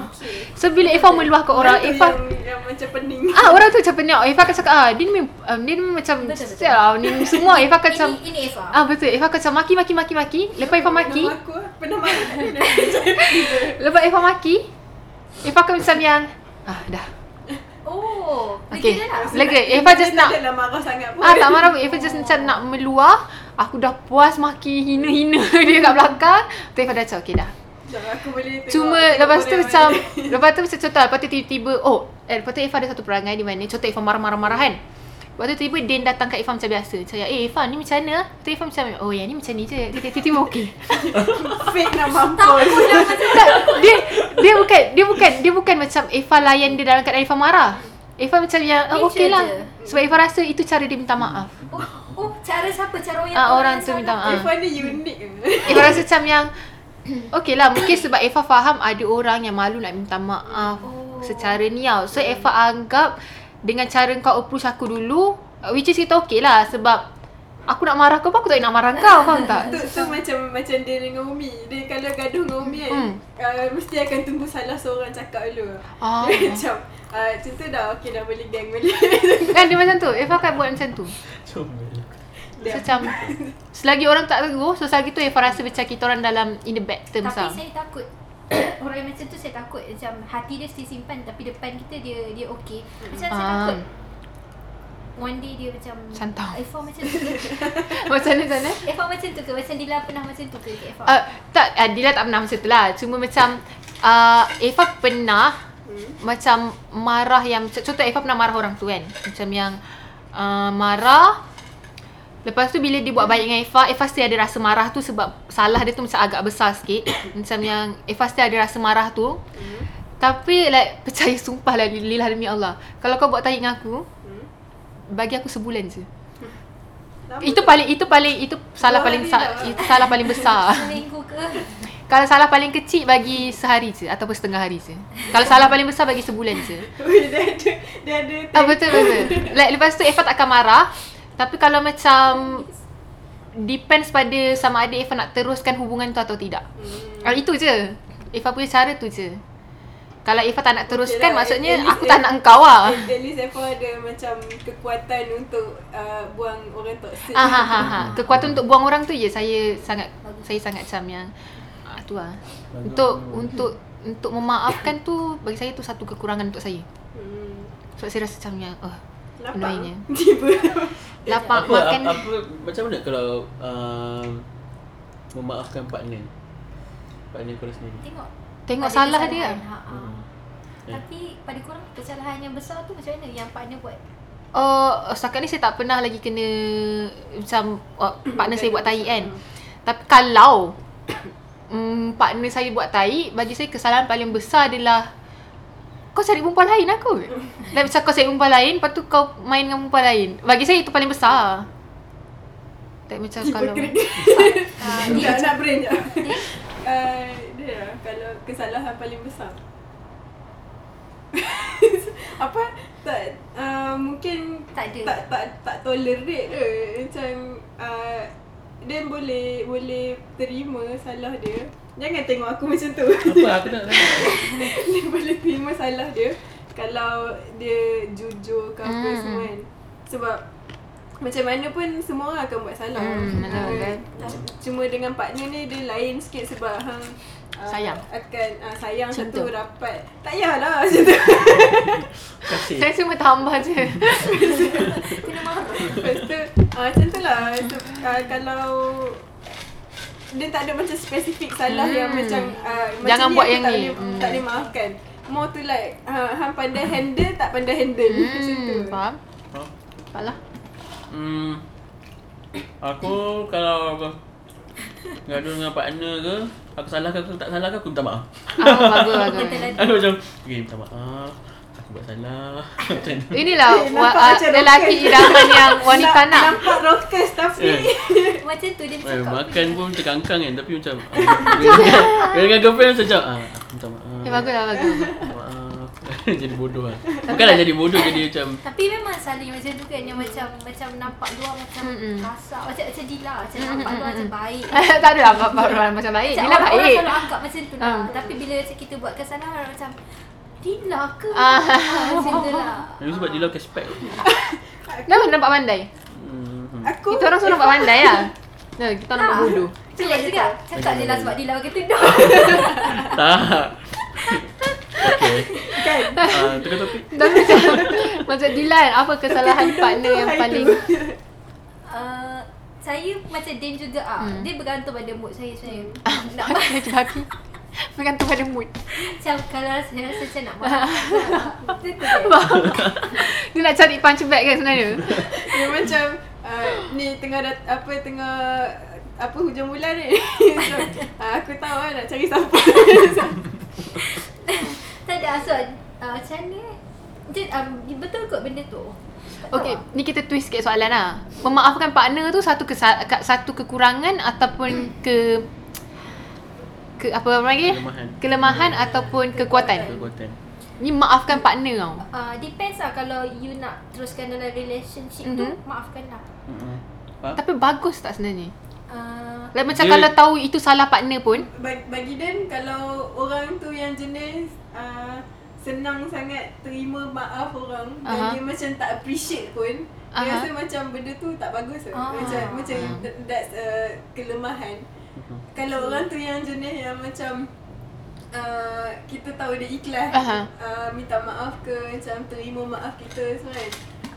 A: So, bila Eva meluah ke *laughs* orang,
B: tu
A: Eva...
B: yang, yang macam pening
A: Ah, orang tu macam penyok. Eva akan cakap, ah, dia ni, mem- um, dia ni macam...
D: ya. Betul, betul.
A: sial lah, Ni semua Eva akan macam...
D: Ini, ini Eva
A: Ah, betul. Eva akan macam maki, maki, maki, maki. Lepas Eva maki,
B: Nama aku pernah marah tak dia?
A: lepas Eva maki, Eva akan macam yang... Ah, dah.
D: Oh
A: Okay.
D: Lega dah lah
A: *laughs* Lega. Eva
B: Dia
A: just nak...
B: Tak adalah marah sangat pun
A: Ah tak marah pun Eva just macam nak meluah Aku dah puas maki hina-hina *laughs* dia kat belakang Tu Eva dah macam okay dah
B: Macam aku boleh tengok
A: Cuma
B: tengok
A: lepas tu
B: orang
A: macam
B: mana.
A: Lepas tu macam contoh Lepas tu tiba-tiba Oh eh, Lepas tu Eva ada satu perangai di mana Contoh Eva marah-marah-marah kan Lepas tu tiba-tiba Din datang kat Eva macam biasa Macam eh Eva ni macam mana Lepas tu Eva macam Oh yang ni macam ni je Tiba-tiba okey
B: *laughs* Fake nak mampus
A: *laughs* tak, dia dia bukan dia bukan dia bukan macam Eva layan dia dalam keadaan Eva marah. Eva macam yang oh,
D: Nature
A: okey lah.
D: je.
A: Sebab Eva rasa itu cara dia minta maaf.
D: Oh, oh cara siapa? Cara orang
A: Ah orang tu
D: salah.
A: minta maaf.
B: Eva ni unik
A: Eva rasa macam yang *clears throat* Okay lah mungkin sebab Eva faham ada orang yang malu nak minta maaf oh.
D: Oh.
A: secara ni tau So Eva anggap dengan cara kau approach aku dulu uh, Which is kita okay lah sebab Aku nak marah kau pun aku tak nak marah kau faham
B: Tu,
D: *laughs*
A: tak?
B: tu macam macam dia dengan Umi Dia kalau gaduh dengan Umi kan
A: Hmm.
B: uh, Mesti akan tunggu salah seorang cakap dulu
A: Ah.
B: *laughs* Dia macam uh, Contoh dah okay dah boleh gang boleh
A: *laughs*
B: *laughs*
A: Kan dia macam tu, Eva akan buat macam tu
B: Dia-
A: So macam Selagi orang tak tegur, so selagi tu Eva rasa macam kita orang dalam in the bad terms lah
D: Tapi saya takut *coughs* Orang yang macam tu saya takut Macam hati dia still simpan Tapi depan kita dia dia okey Macam saya
A: Ah.
D: takut one day dia macam
A: Santau.
D: Effa macam tu ke?
A: *laughs* Macam mana macam mana?
D: Effa macam tu ke? Macam Dila pernah macam tu ke? ke Effa?
A: Uh, tak, uh, Dila tak pernah macam tu lah. Cuma macam uh, Eva pernah hmm. macam marah yang... Contoh Eva pernah marah orang tu kan. Macam yang uh, marah. Lepas tu bila dia buat baik dengan Eva, Eva still ada rasa marah tu sebab salah dia tu macam agak besar sikit. *coughs* macam yang Eva still ada rasa marah tu. Hmm. Tapi like *laughs* percaya sumpah lah Lillah demi Allah. Kalau kau buat tahi dengan aku,
B: Hmm.
A: bagi aku sebulan je.
B: Lama
A: Itu
B: tu.
A: paling itu paling itu salah
B: Dua
A: paling
B: hari
A: sa-
B: dah.
A: itu salah paling besar.
B: *laughs*
D: Seminggu ke?
A: *laughs* Kalau salah paling kecil bagi sehari je ataupun setengah hari je. Kalau salah paling besar bagi sebulan
B: *laughs*
A: je.
B: Weh, *laughs* dia ada dia ada
A: Ah betul betul. Like lepas tu Eva tak akan marah. Tapi kalau macam depends pada sama ada Eva nak teruskan hubungan tu atau tidak. Ah
B: Hmm.
A: itu je. Eva punya cara tu je. Kalau Eva tak nak teruskan
B: lah,
A: maksudnya
B: at least
A: aku
B: dia-
A: tak nak engkau ah.
B: At at least Effa ada macam kekuatan untuk uh, buang orang toxic.
A: Ah ha ha ha. Kekuatan untuk buang orang tu je saya sangat saya sangat macam yang ah, tu ah. Untuk untuk untuk memaafkan tu bagi saya tu satu kekurangan untuk saya.
B: Hmm.
A: Sebab saya rasa macam yang oh,
B: Lapang.
A: Annoyingnya.
B: Tiba.
A: Lapang
C: Eh, apa,
A: makan
C: apa, apa, macam mana kalau uh, memaafkan partner? Partner kau sendiri.
D: Tengok.
A: Tengok
D: Pada
A: salah dia. kan?"
D: kesalahan. Ha, ha.
C: Hmm. Eh.
D: Tapi pada korang kesalahan yang besar tu macam mana yang partner
C: *laughs*
D: buat?
A: Oh, setakat ni saya tak pernah lagi kena macam
C: *coughs*
A: oh, partner saya buat tai kan.
C: Hmm.
A: Tapi kalau *coughs* mm, partner saya buat tai, bagi saya kesalahan paling besar adalah kau cari perempuan lain aku.
C: *laughs*
A: Dan macam kau cari perempuan lain, lepas tu kau main dengan perempuan lain. Bagi saya itu paling besar. Tak macam
B: Tiba
A: kalau
B: kena
D: Ah,
B: Dia
D: dia,
B: nak brain je. Uh, dia lah, kalau kesalahan paling besar. *laughs* apa tak uh, mungkin
D: Tak ada.
B: tak tak tak tolerate ke macam uh, dia boleh boleh terima salah dia. Jangan tengok aku macam tu. *laughs*
C: Apa aku nak tanya?
B: dia boleh terima salah dia kalau dia jujur ke apa
A: Hmm,
B: semua kan. Sebab macam mana pun semua orang akan buat salah.
A: Hmm, betul,
B: Ah,
A: betul.
B: c- Cuma dengan partner ni dia lain sikit sebab hang ah,
A: Sayang.
B: akan ah, sayang
A: Cinta.
B: satu rapat. Tak payahlah *laughs* macam tu.
C: Kasih.
A: *laughs* saya cuma tambah
C: *laughs*
A: je.
D: kena marah.
B: Lepas tu ah, macam tu lah. So, ah, kalau dia tak ada macam spesifik salah
A: Hmm.
B: yang macam ah,
A: Jangan
B: macam ni
A: buat
B: aku
A: yang
B: tak
A: ni.
B: Boleh,
A: Hmm.
B: Tak boleh maafkan. More to like ah, hang pandai handle tak pandai handle macam tu.
A: hmm, faham?
C: Faham?
A: Faham
C: *laughs*
A: lah.
C: Hmm. Aku kalau aku gaduh dengan partner ke, aku salah ke aku tak salah ke aku minta maaf.
A: Ah, bagus, bagus.
C: *laughs*
D: Betul
C: Aku macam, okay minta maaf. Aku buat salah. *laughs* Macam tu.
A: Inilah
B: Eh,
A: wa,
B: nampak
A: uh,
B: macam
A: lelaki
B: rocker.
A: idaman
B: *laughs*
A: yang wanita
B: Namp-
A: nak.
B: Nampak rockers tapi
C: Eh,
D: Macam tu dia
C: eh,
D: cakap.
C: makan pun terkangkang kan tapi
A: *laughs*
C: macam ah, dengan girlfriend macam ah, aku minta maaf.
A: Eh, bagus lah, bagus. *laughs*
C: Minta Maaf. *laughs* jadi bodoh lah. Bukanlah jadi bodoh jadi macam
D: Tapi memang saling macam tu kan yang macam macam nampak luar macam
A: Mm-mm.
D: kasar macam macam Dila macam nampak luar macam
A: *laughs*
D: baik.
A: tak ada lah apa orang macam baik.
D: Macam
A: Bila
D: orang-
A: baik.
D: Orang selalu anggap macam tu lah.
A: Ah.
D: Tapi bila macam kita buat kesalahan orang macam Dila ke?
A: Ah.
D: Ah, Macam tu
C: *laughs*
D: lah.
C: Itu sebab dia lah cashback.
A: Kenapa nampak pandai? *laughs*
C: Hmm.
B: aku
A: Kita orang semua nampak pandai
B: *laughs*
A: lah. Ya, kita nampak
D: Ah.
A: bodoh.
D: Cakap juga. Cakap je lah sebab Dila pakai tudung.
C: Tak. Okay.
B: kan
C: Ah, tengok topik.
A: Tapi macam, *laughs* macam Dilan, apa kesalahan partner yang
B: Hai
A: paling... *laughs*
B: tu.
D: Ah, Saya macam Din juga ah.
A: Hmm.
D: Dia bergantung pada mood saya sebenarnya.
A: *laughs*
D: Nak
A: Pakai babi. Bergantung pada mood. *laughs*
D: macam kalau saya rasa macam nak marah. Macam tu kan?
A: Dia nak cari punch bag kan sebenarnya.
B: *laughs* dia macam uh, ni tengah dat, apa tengah apa hujung bulan ni *laughs* so, ah, aku tahu lah nak cari siapa
D: Tak ada asal uh, macam mana Dia, um, dia betul kot benda tu Tak tahu
A: Okay,
D: lah.
A: ni kita twist sikit soalan lah. Memaafkan partner tu satu kesa- ka- satu kekurangan ataupun ke ke apa orang panggil?
C: Kelemahan.
A: Kelemahan ataupun kekuatan.
C: Kekuatan.
A: Ni maafkan partner tau.
D: uh, Depends lah kalau you nak teruskan dalam relationship
A: Mhm.
D: tu Maafkan lah
C: Mm-mm. Hmm. Faham?
A: Tapi bagus tak sebenarnya?
D: uh,
A: Like macam
C: Dia-
A: kalau tahu itu salah partner pun
B: Ba- bagi Dan kalau orang tu yang jenis uh, senang sangat terima maaf orang
A: Aha.
B: dan dia macam tak appreciate pun
A: Aha.
B: dia rasa macam benda tu tak bagus lah.
D: Ah.
B: macam macam
A: Ah.
B: that- that's a kelemahan
C: Mhm.
B: Kalau orang tu yang jenis yang macam uh, kita tahu dia ikhlas ah,
A: Aha.
B: uh, minta maaf ke macam terima maaf kita semua kan.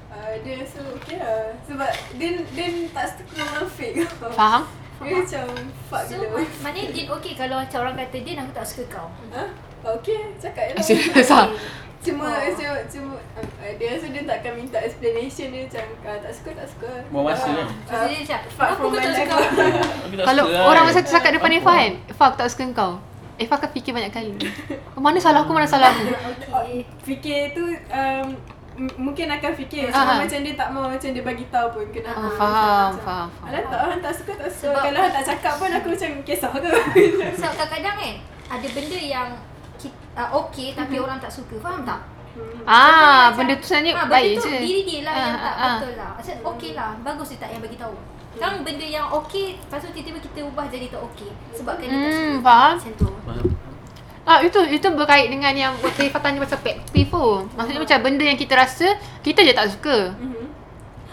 B: uh, dia rasa okay lah Sebab dia, dia tak suka orang fake Faham?
A: Faham?
B: Dia macam fuck
D: So,
B: gila
D: mak- *laughs* maknanya Din okey kalau macam orang kata Din aku tak suka kau.
B: Ha? Okay, cakap je lah
A: Serius ah.
B: Cuma,
D: Oh.
B: cuma, cuma uh, Dia rasa dia tak akan minta explanation Dia macam uh, tak suka, tak suka
C: Buang masa
B: Ah,
C: kan?
B: ah,
D: Jadi dia cakap,
B: fuck
D: "Kenapa
B: from
D: kau
B: my
D: tak
B: life
D: suka
B: lah."
C: Tapi tak
A: Kalau
C: suka
A: orang
C: kan?
A: masa tu cakap depan
C: Apa?
A: Efah kan Efah aku tak suka kau Efah akan fikir banyak kali "Oh, Mana salah aku, mana salah
D: *laughs*
A: aku
D: Okey.
B: Fikir tu um, m- mungkin akan fikir sebab
A: Faham.
B: macam dia tak mau macam dia bagi tahu pun kenapa.
A: Ah,
B: Macam-
A: faham,
B: macam,
A: faham, faham.
B: Alah tak orang tak suka tak suka.
D: Sebab-
B: Kalau orang tak cakap pun aku macam kisah ke.
A: *laughs*
D: Sebab kadang-kadang kan ada benda yang kita, uh, okey tapi orang tak suka. Faham tak?
A: Mhm.
B: Mhm.
A: Ah,
D: Macam-
A: benda tu sebenarnya
D: Ah,
A: baik
D: benda tu
A: je
D: diri dia lah yang
A: Ah,
D: tak
A: ah,
D: betul lah. Maksud okey lah, bagus dia tak yang bagi tahu. Sekarang benda yang okey, lepas tu tiba-tiba kita ubah jadi tak okey. Sebab kan dia tak
A: Hmm,
D: suka.
A: faham.
D: Macam tu.
C: Faham.
A: Ah itu itu berkait dengan yang waktu Ifah tanya pasal pet peeve tu.
B: Ah.
A: Maksudnya macam benda yang kita rasa kita je tak suka.
B: Mhm.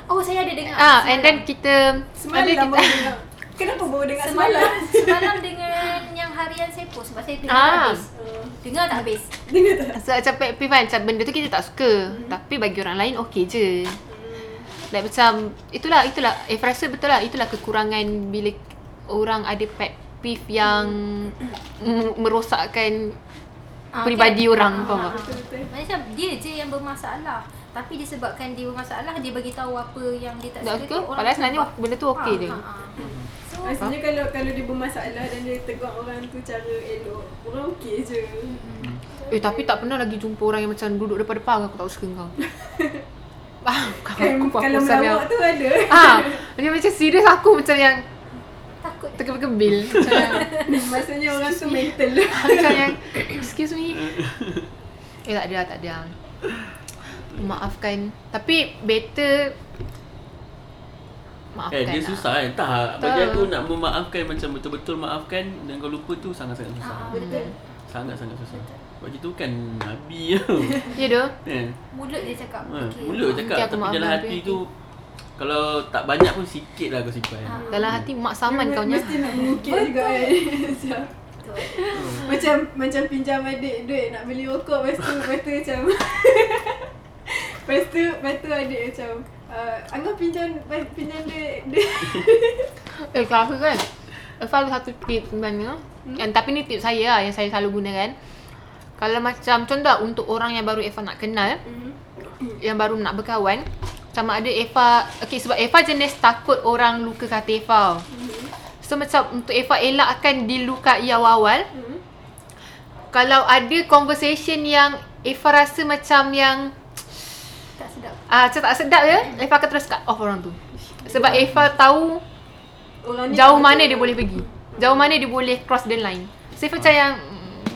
D: Oh, saya ada dengar.
A: Ah
D: semalam.
A: and then
B: lah.
A: kita
B: Semalam lah
A: ada *laughs*
B: baru dengar. Kenapa baru dengar
D: semalam
B: semalam? *laughs*
D: *laughs* semalam dengan yang harian saya post sebab saya dengar tak
A: Ah.
D: habis. Dengar tak habis.
B: Dengar tak?
A: So, macam pet peeve kan, macam benda tu kita tak suka
B: Hmm.
A: mm-hmm. Tapi bagi orang lain okey je Like macam, itulah, itulah If rasa betul lah, itulah kekurangan bila orang ada pet peeve
B: *coughs*
A: yang mm. merosakkan
D: Ah,
A: Peribadi orang, faham tak?
B: Ah, Betul betul.
D: Macam dia je yang bermasalah. Tapi disebabkan dia bermasalah, dia bagi tahu apa yang dia tak
A: Tak
D: suka.
A: suka,
D: tu, orang
A: padahal sebenarnya
D: ubah.
A: benda tu okey
D: Ah,
A: je.
D: ah, ah. So,
B: Maksudnya kalau kalau dia bermasalah dan dia tegur orang tu cara elok, orang okey je.
A: Eh tapi tak pernah lagi jumpa orang yang macam duduk depan-depan aku tak suka
B: *laughs*
A: kau Ah, kau
B: Kan,
A: aku
B: kalau
A: pasal yang
B: melawak tu ada.
A: Ah, dia macam serius aku macam yang
D: takut.
A: terkebil-kebil macam yang
B: *laughs* Maksudnya orang tu mental.
A: Macam yang Excuse me Eh tak ada lah, tak ada lah. Maafkan Tapi better Maafkan
C: Eh, dia
A: lah.
C: susah kan? Tak. Bagi
A: Betul.
C: aku nak memaafkan macam betul-betul maafkan dan kau lupa tu sangat-sangat susah.
D: Ah, betul.
C: Sangat-sangat susah. Sebab kita bukan
A: *laughs*
C: Nabi tau.
A: Ya doh
C: kan?
D: Mulut dia cakap.
C: Ha,
D: okey.
C: mulut
A: Nanti
C: cakap
A: aku
C: tapi dalam
A: maafkan
C: hati
A: hati.
C: tu kalau tak banyak pun sikit lah kau simpan.
D: Ah.
A: Dalam hati mak saman kau nya
B: Mesti nak mengukir juga kan Macam
D: Betul.
B: *laughs*
C: Ha,
B: Macam macam pinjam adik duit nak beli rokok Lepas tu, lepas tu macam *laughs* Lepas tu, lepas tu adik macam uh, Angah pinjam, pinjam duit duit."
A: Eh kalau aku kan Efal ada satu tips sebenarnya hmm? yang, Tapi ni tips saya lah yang saya selalu gunakan Kalau macam contoh lah, untuk orang yang baru Efal nak kenal Yang baru nak berkawan Sama ada Efal Okay sebab Efal jenis takut orang luka kata Efal So macam untuk Efal elakkan dilukai awal-awal
B: Mhm.
A: Kalau ada conversation yang Efal rasa macam yang
D: Tak sedap.
A: Ah, macam tak sedap je Efal akan terus cut off orang tu Sebab Efal tahu
B: *laughs* Orang ni
A: jauh
B: tak
A: mana
B: ada
A: dia boleh pergi jauh mana dia boleh cross the line saya macam yang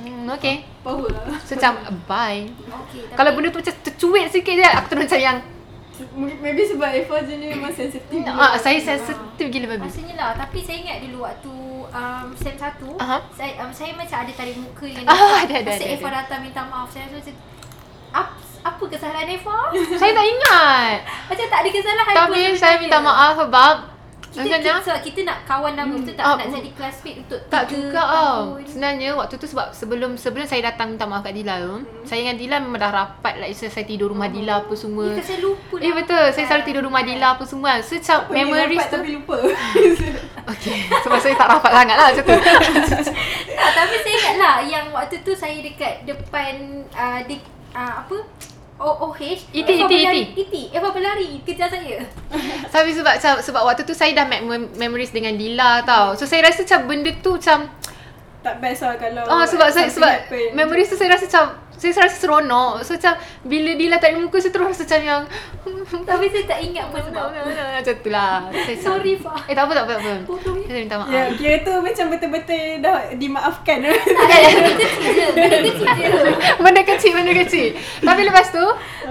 A: mm, okay
B: Power lah
A: so macam bye
D: Okey. tapi-
A: kalau benda tu macam tercuit sikit je aku terus macam yang
B: Mungkin- Maybe sebab Eva je ni memang sensitif
A: ah, saya sensitif gila babi
D: Rasanya lah tapi saya ingat dulu waktu um, SEM 1
A: Aha.
D: saya um, saya macam ada tarik muka
A: *laughs*
D: dengan
A: Ah,
D: Eva.
A: ada, ada,
D: Masa
A: ada,
D: Eva
A: ada.
D: datang minta maaf saya rasa macam apa, apa kesalahan Eva?
A: *laughs* saya tak ingat
D: macam tak ada kesalahan
A: tapi
D: pun
A: saya
D: sebenarnya.
A: minta maaf sebab
D: Kita,
A: macam
D: kita,
A: yang
D: sebab kita nak kawan lama hmm. betul tak
A: Ah,
D: nak
A: mm.
D: jadi classmate untuk
A: tak
D: tiga
A: juga ah. tau
D: tahun.
A: sebenarnya waktu tu sebab sebelum sebelum saya datang minta maaf kat Dila tu saya dengan Dila memang dah rapat like saya, saya tidur rumah Dila apa semua
D: Ya, kan saya lupa
A: Eh betul, saya selalu
D: Kan?
A: tidur rumah Dila apa semua So macam memories tu
B: Tapi lupa *laughs*
A: Okay, sebab saya tak rapat sangat lah macam tu
D: Tak, tapi saya ingat lah yang waktu tu saya dekat depan uh, di, uh, apa? OOH
A: ET, ET.
D: Eva berlari E ET Eva berlari kejar saya
A: Tapi sebab macam, sebab waktu tu saya dah make mem- memories dengan Dila tau. So saya rasa macam benda tu macam
B: Tak best lah kalau
A: oh, sebab saya
B: something
A: sebab
B: happen.
A: memories tu saya rasa macam saya rasa seronok. So macam bila Dila tak ada muka saya terus rasa macam yang
D: Tapi saya tak ingat pun sebab apa.
A: macam tu lah. Saya macam-
D: Sorry
A: *laughs*
D: Fah
A: Eh tak apa tak apa tak apa.
D: Bodohnya.
A: Saya minta maaf.
B: Ya, kira tu macam betul-betul dah dimaafkan
A: Ah.
B: *laughs*
D: Benda kecil je Benda kecil
A: *laughs*
D: je
A: Benda kecil, benda kecil. Tapi lepas tu,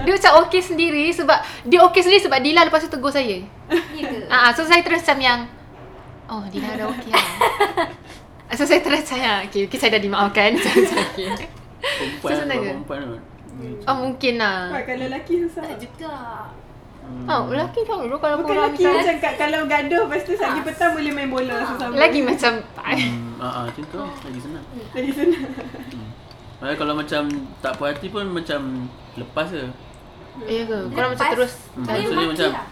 A: dia macam okey sendiri sebab, dia okey sendiri sebab Dila lepas tu tegur saya.
D: Ya ke?
A: Ah, ah, so saya terus macam yang Oh, Dila dah okey lah. So saya terus macam yang okay, okay, saya dah dimaafkan. Macam macam okay.
C: Perempuan
A: So,
C: so,
A: senang ke?
C: perempuan kan.
A: Oh, mungkin lah.
B: Wah, Kalau lelaki susah
D: Tak juga
C: Hmm.
A: Oh, lelaki kan dulu kalau
B: Bukan
A: korang Ah.
B: lelaki
A: macam-
B: macam kat, kalau gaduh lepas tu pagi petang boleh main bola sesama.
A: Lagi macam
C: Hmm, ah, ah, macam
A: Oh.
C: tu lah. lagi senang.
B: lagi senang.
C: Hmm. Malah kalau macam tak puas hati pun macam lepas je.
A: Ya ke? Korang macam
D: Lepas-
A: terus
C: Hmm,
D: Tapi
C: maksudnya
D: maki
C: macam-
D: lah.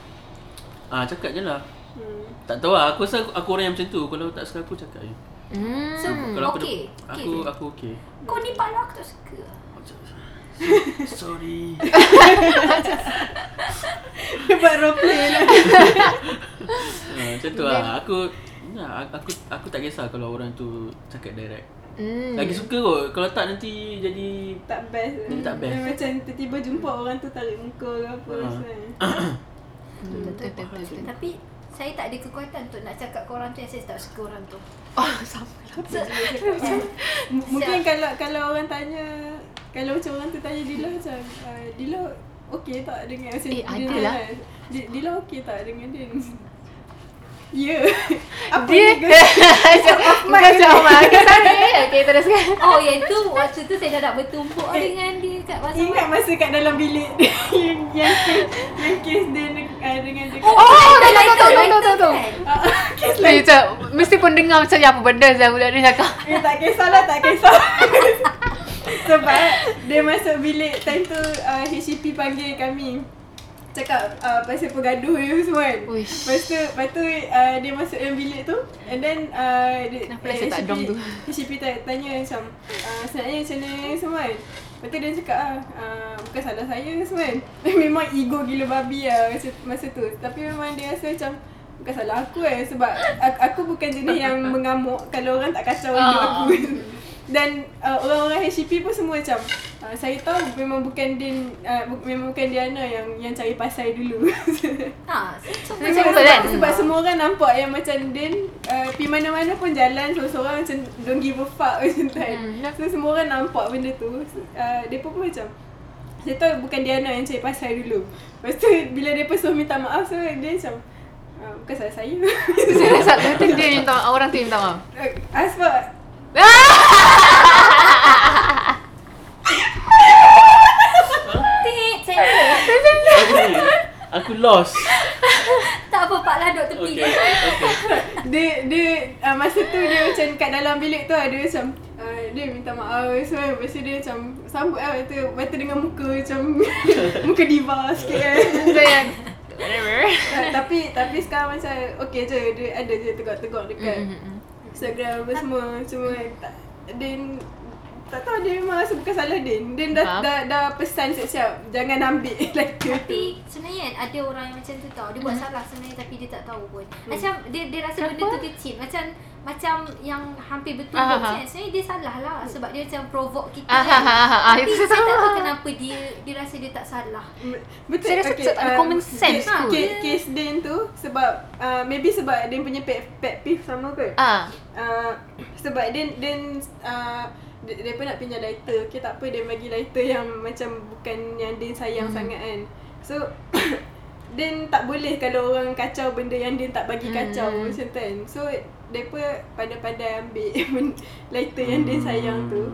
C: Ah cakap je lah.
B: Hmm. *laughs*
C: Tak tahu lah. Aku rasa aku, aku orang yang macam tu. Kalau tak suka aku cakap je.
A: Hmm.
D: So,
C: Kalau aku
D: Okey.
C: de-
D: Okey
C: aku
D: je.
C: aku okey.
D: Kau ni pala aku tak suka
A: Hmm,
C: Macam- Sorry.
B: Buat role play lah.
C: Ah, Macam tu lah. Aku Ya, aku aku tak kisah kalau orang tu cakap direct.
A: hmm.
C: Lagi suka kot. Kalau tak nanti jadi
B: Tak best.
C: Dia tak best.
B: Dia macam tiba-tiba jumpa orang tu tarik muka ke apa.
C: Ha. *laughs*
B: sebenarnya.
A: Betul, betul, betul, betul, betul.
D: Tapi saya tak ada kekuatan untuk nak cakap korang tu yang saya tak suka orang tu
A: Oh, sama lah.
B: M- Mungkin kalau kalau orang tanya kalau macam orang tu tanya Dila macam uh, Dila okey tak dengan macam
A: Eh, ada
B: tanya,
A: lah.
B: "Di- Dila okey tak dengan dia *laughs* ni? Ya. Apa
A: Dia
B: dia?
A: *laughs* Macam off mic Macam off mic Okay, sorry Okay, teruskan *laughs*
D: Oh yang tu waktu tu saya dah nak bertumpuk
B: Eh,
D: dengan dia kat masa
B: Ingat masa kat dalam bilik yang *laughs* yang kes, yang kes dia ne- uh, dengan dia.
D: Oh,
B: kat-
D: oh
A: tahu,
D: lighter,
A: tahu, tahu,
D: lighter
A: tahu, tahu.
D: kan?
B: kes
A: Saya
B: lain.
A: macam Mesti pun dengar macam ni apa benda Saya pula dia cakap
B: Eh tak kisahlah tak kisah
A: *laughs*
B: Sebab dia masuk bilik time tu uh, HCP panggil kami Cakap uh, pasal pergaduh ni semua kan
A: Uish.
B: Lepas tu, lepas tu uh, dia masuk dalam bilik tu And then uh, dia,
A: Kenapa lah saya tak dong tu?
B: HCP ta- tanya macam uh, Sebenarnya macam mana semua kan Lepas tu dia cakap ah, uh, bukan salah saya semua kan *laughs* Memang ego gila babi lah masa, masa tu Tapi memang dia rasa macam Bukan salah aku eh sebab aku, aku bukan jenis
A: *laughs*
B: yang mengamuk kalau orang tak kacau hidup
A: Ah.
B: aku *laughs* Dan uh, orang-orang HCP pun semua macam uh, Saya tahu memang bukan Din uh, bu- Memang bukan Diana yang yang cari pasal dulu *laughs*
D: Ha, saya cuma
A: Macam
B: Memang
A: apa
B: sebab,
A: kan?
B: sebab semua orang nampak yang macam Din uh, Pergi mana-mana pun jalan seorang-seorang macam Don't give a fuck *laughs* macam tu kan
A: Hmm.
B: So semua orang nampak benda tu uh, Mereka pun macam Saya tahu bukan Diana yang cari pasal dulu Lepas tu bila mereka suruh minta maaf So dia macam uh, Bukan salah saya *laughs*
A: Saya rasa tu dia minta maaf Orang tu yang minta maaf
B: uh, Sebab
D: Tik, saya
A: *laughs*
C: aku ni, aku lost.
D: Tak apa, Pak lah duduk
C: Okay.
D: tepi je
C: Okay.
B: dia dia uh, masa tu dia macam kat dalam bilik tu ada macam uh, dia minta maaf so lepas tu dia macam sambut lah lepas tu, lepas tu dengan muka macam *laughs* muka diva sikit kan
A: Saya Whatever
B: uh, tapi tapi sekarang macam okey je dia ada je tegak-tegak dekat Instagram apa semua cuma tak Din tak tahu dia memang rasa bukan salah Din Din dah,
A: Faham.
B: dah, dah pesan siap-siap jangan ambil *laughs* lelaki tu
D: Tapi sebenarnya kan ada orang yang macam tu tau Dia
A: Hmm.
D: buat salah sebenarnya tapi dia tak tahu pun Macam dia dia rasa benda tu kecil Macam macam yang hampir betul
A: Aha.
D: pun macam Sebenarnya dia salah lah Sebab dia macam provoke kita
A: ha, Ah,
D: kan
A: ah, ah, ah, ah,
D: Tapi
A: itu
D: saya tak tahu
A: sama.
D: kenapa dia dia rasa dia tak salah
B: Betul. um,
A: Saya rasa macam ada common sense
B: case,
A: tu.
B: Case, case Din tu sebab uh, maybe sebab Din punya pet, pet peeve sama kot.
A: Ah,
B: Uh, sebab Din Din uh, dia, dia pun nak pinjam lighter. Okay tak apa dia bagi lighter yang macam bukan yang Din sayang hmm. sangat kan. So *coughs* Din tak boleh kalau orang kacau benda yang Din tak bagi kacau
A: Hmm.
B: hmm. macam tu kan. So depa pandai-pandai ambil *laughs* benda- lighter yang Din sayang tu.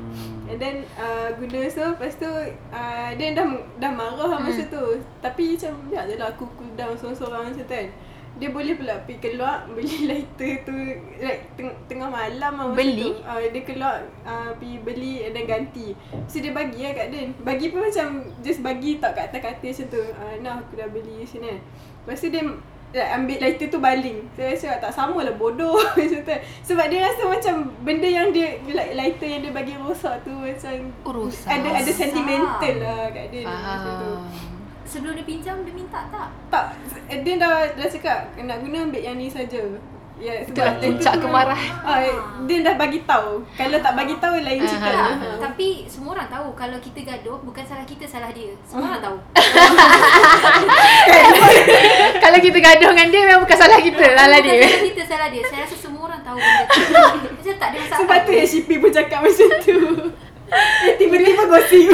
B: And
C: Hmm.
A: *laughs*
B: then uh, guna so Lepas tu uh, Dia dah dah marah hmm. masa tu Tapi macam Biar je lah aku cool down seorang-seorang macam tu kan Dia boleh pula pergi keluar *laughs* Beli lighter tu like, teng- Tengah malam lah masa
A: Beli?
B: tu uh, Dia keluar uh, Pergi beli dan ganti So dia bagi lah kat Din Bagi pun macam Just bagi tak kat atas kata macam tu uh, Nah aku dah beli sini kan Lepas tu dia like, ambil lighter tu baling Saya rasa tak sama lah bodoh *laughs* macam tu Sebab dia rasa macam Benda yang dia like, Lighter yang dia bagi rosak tu Macam
A: Oh, rosak.
B: Ada ada sentimental lah kat dia macam tu
A: faham
D: Sebelum dia pinjam dia minta tak?
B: Tak Dia dah, dah cakap Nak guna ambil yang ni saja Ya,
A: Dah
B: time tu
A: puncak
B: memang-
A: kemarahan.
B: Ah, dia dah bagi tahu. Kalau tak bagi tahu lain cerita.
A: Ah.
D: Tak,
B: Ha.
D: tapi semua orang tahu kalau kita gaduh bukan salah kita, salah
A: Ah.
D: dia. Semua orang tahu.
A: Kalau kita gaduh dengan dia Memang bukan salah kita lah lah
D: Bukan
A: dia
D: salah kita, salah dia. Saya rasa semua orang tahu benda tu. Macam tak ada masalah.
B: Sebab tu HCP pun cakap macam tu. Dia Tiba-tiba
A: *laughs*
B: gosip.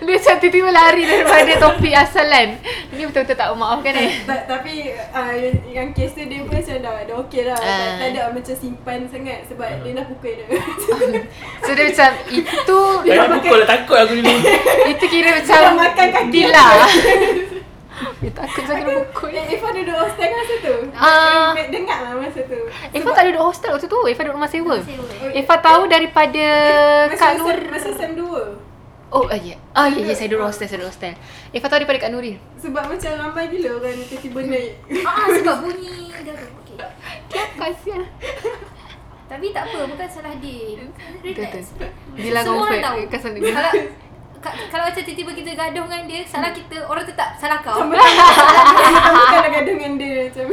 A: Dia macam tiba-tiba lari daripada topik asalan Ni betul-betul tak memaafkan eh
B: Ta- tapi uh, yang, yang kes tu dia pun macam dah, dah okey lah. Tak,
A: Ah.
B: tak ada macam simpan sangat sebab dia dah pukul
A: *laughs*
B: dia.
A: So dia macam Itu
C: Saya nak pukul lah takut aku
A: *laughs*
C: dulu.
A: Itu kira
B: Dia
A: macam
B: makan kaki
A: Dila *laughs* Dia takut saya kena pukul
B: Eh, Ifah duduk hostel kan masa tu?
A: Ah.
B: Eh, dengar lah masa tu.
A: Eva tak duduk hostel waktu tu Eva duduk rumah sewa
D: Sewa.
A: Eva tahu daripada
B: masa
A: Kak
B: sem-
A: Nur
B: Masa sem 2.
A: Oh, uh, ya. Ah, ya, ya. Saya duduk hostel, saya duduk hostel. Eh, Fatah daripada Kak Nuril.
B: Sebab macam lambai bila orang tiba-tiba
A: Hmm.
B: naik.
D: Ah, ah, sebab bunyi gaduh. Okay.
B: Ya,
A: Kasihan.
D: Tapi tak apa, bukan salah dia.
A: Betul.
D: Relax.
A: Bila
D: Semua
A: kau
D: orang
A: fake.
D: tahu.
A: Kasar dia.
D: Kalau ka- kalau macam tiba-tiba kita gaduh dengan dia, salah kita, orang tetap salah kau.
B: Sama sama bukan nak gaduh dengan dia macam.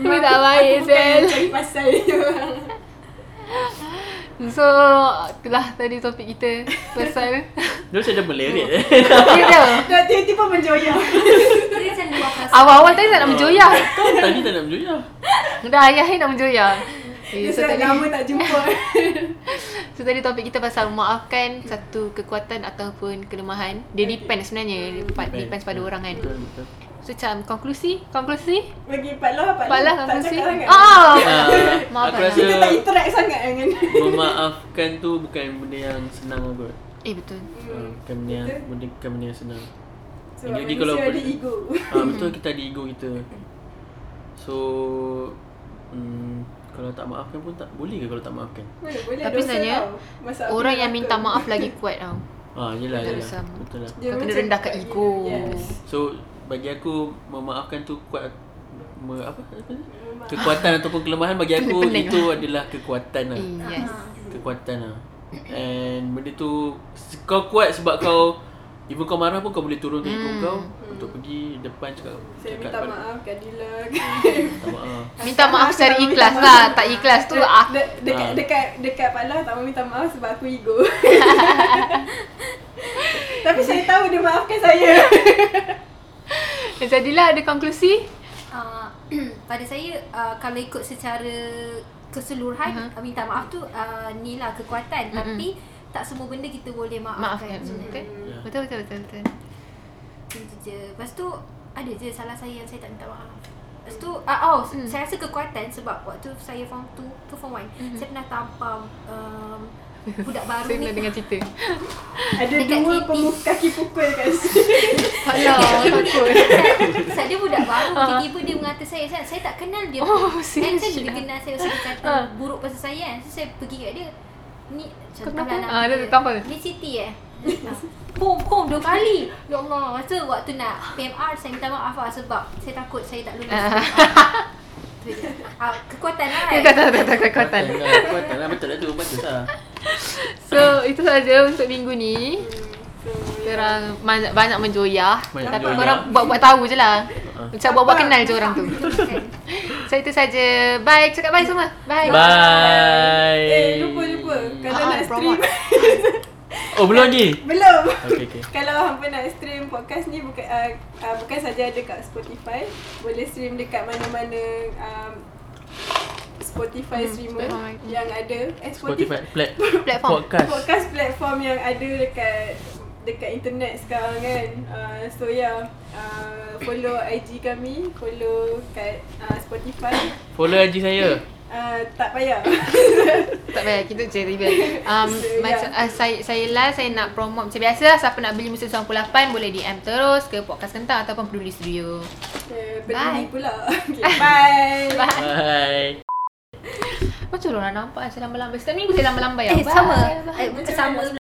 A: Tapi tak baik,
B: Aku bukan
A: Zel.
B: yang cari pasal dia orang.
A: So, itulah tadi topik kita pasal *laughs*
C: Dia macam ada melerik eh.
A: Kita
B: Dah tiba-tiba menjoya.
D: Dia macam luar perasaan.
A: Awal-awal tadi tak
C: *laughs*
A: nak menjoya
C: Kan tadi eh. tak nak berjoya.
A: Dah ayah ni nak menjoya eh,
B: Dia
A: so,
B: sudah
A: tadi,
B: lama tak jumpa.
A: so tadi topik kita pasal memaafkan Satu kekuatan ataupun kelemahan Dia depend sebenarnya Dia Depend, depends pada orang kan
C: Betul, betul.
A: So macam konklusi Konklusi
B: Bagi Pak Loh, Pak
A: Pak Lah
B: Loh tak
A: konklusi
B: cakap sangat.
C: *laughs*
A: Oh *laughs*
C: Ah,
A: Maaf
C: aku
A: lah.
C: rasa
B: Kita tak interact sangat dengan dia.
C: memaafkan tu bukan benda yang senang lah kot.
A: Eh betul
C: Ah, Bukan benda yang,
B: Betul.
C: benda, bukan benda yang senang.
B: Sebab
C: Lagi
B: manusia
C: kalau
B: ada
C: boleh.
B: ego.
C: Ah betul kita ada ego kita. So hmm, kalau tak maafkan pun tak boleh ke kalau tak maafkan?
B: Boleh, boleh
A: Tapi
B: dosa
A: sebenarnya,
B: tau. Masa aku
A: Orang yang
B: aku-
A: minta maaf lagi kuat tau
C: Ah yelah
A: Betul,
C: yelah.
A: Sam.
C: Betul lah.
B: Dia
A: Kau kena
B: macam-
A: rendahkan ego.
B: Yes.
C: So bagi aku memaafkan tu kuat me, apa apa?
B: Memaaf.
C: kekuatan ataupun kelemahan bagi aku
A: Pening-pening
C: itu adalah kekuatan lah.
A: Eh yes
C: Kekuatan lah. And benda tu se- kau kuat sebab kau even kau marah pun kau boleh turun ke ego kau untuk pergi depan cakap
B: Saya minta
C: depan-
B: maaf Kak Dila.
C: *laughs* Minta maaf.
A: Minta maaf secara
B: Minta
A: ikhlas
B: maaf.
A: lah Tak ikhlas tu
B: De-
A: ah.
B: de- dekat
C: Ah.
B: dekat dekat Pak Lah tak mau minta maaf sebab aku
A: *laughs*
B: ego. Tapi saya tahu dia maafkan saya.
A: Jadilah ada konklusi
D: uh, *clears throat* pada saya uh, kalau ikut secara keseluruhan uh-huh. minta maaf tu uh, ni lah kekuatan mm-hmm. tapi tak semua benda kita boleh
A: Maafkan mm.
D: maafkan.
A: Betul
C: Ya.
A: Betul betul betul, betul.
D: Itu je. Lepas tu ada je salah saya yang saya tak minta maaf. Lepas tu uh, oh mm. saya rasa kekuatan sebab waktu saya form 2 ke form 1 mm-hmm. saya pernah tampar *laughs* um, budak baru
A: Saya nak
D: ni. kan.
A: dengar cerita
B: Ada
D: Dekat
B: dua
D: TV.
B: pemuk kaki pukul kat sini.
A: Tak lah takut
D: *laughs* Sebab dia budak baru Tiba-tiba dia mengata saya Saya, saya tak kenal dia
A: Ha. Oh,
D: Kan
A: serius?
D: saya dia kenal saya Saya kata
A: Ah.
D: buruk pasal saya kan So saya pergi kat dia Ni
A: kenapa?
D: contohlah nama
A: Ah, dia tampar ke?
D: Ni Siti eh *laughs* Ah. Pom pom dua kali Ya Allah Masa waktu nak PMR Saya minta maaf lah Sebab saya takut saya
A: *laughs*
D: tak lulus
A: Ah.
D: Tu je. Ah, Kekuatan lah
A: Tak tak tak tak kekuatan
C: Kekuatan lah, Kekuatan lah betul lah tu bagus lah.
A: So itu saja untuk minggu ni Korang man- banyak menjoyah
C: Banyak
A: Tapi
C: menjoyah.
A: korang buat-buat tahu je lah
C: Ah.
A: Macam buat-buat kenal je orang tu *laughs* So itu saja Bye Cakap bye semua Bye
C: Bye.
B: Eh, lupa lupa. Kalau
A: Ah,
B: nak stream *laughs*
A: promote.
C: Oh, belum lagi.
B: belum.
C: Okey okey.
B: Kalau hampa nak stream podcast ni bukan uh, uh, bukan saja ada kat Spotify, boleh stream dekat mana-mana um, Spotify
A: Hmm,
B: streamer
A: Spotify.
B: yang ada eh
C: Spotify
B: Spotify,
C: plat
A: Platform.
C: podcast.
B: podcast platform yang ada dekat dekat internet sekarang kan. Uh, so yeah, uh, follow IG kami, follow kat uh, Spotify.
C: Follow IG saya.
B: Uh, tak payah. *laughs*
A: Tak payah kita je tiba. Um
D: *laughs*
B: So,
A: macam uh,
B: yeah.
A: saya saya lah saya nak promote macam biasa lah siapa nak beli musim 98 boleh DM terus ke podcast kentang ataupun peduli studio.
B: Uh, peduli
A: Bye.
B: pula. *laughs* Okay, bye. bye.
C: Bye.
A: Macam orang nampak saya lambai-lambai. Setiap minggu saya lambai-lambai.
D: Eh
A: Bye,
D: sama
A: bye.
D: Eh, Sama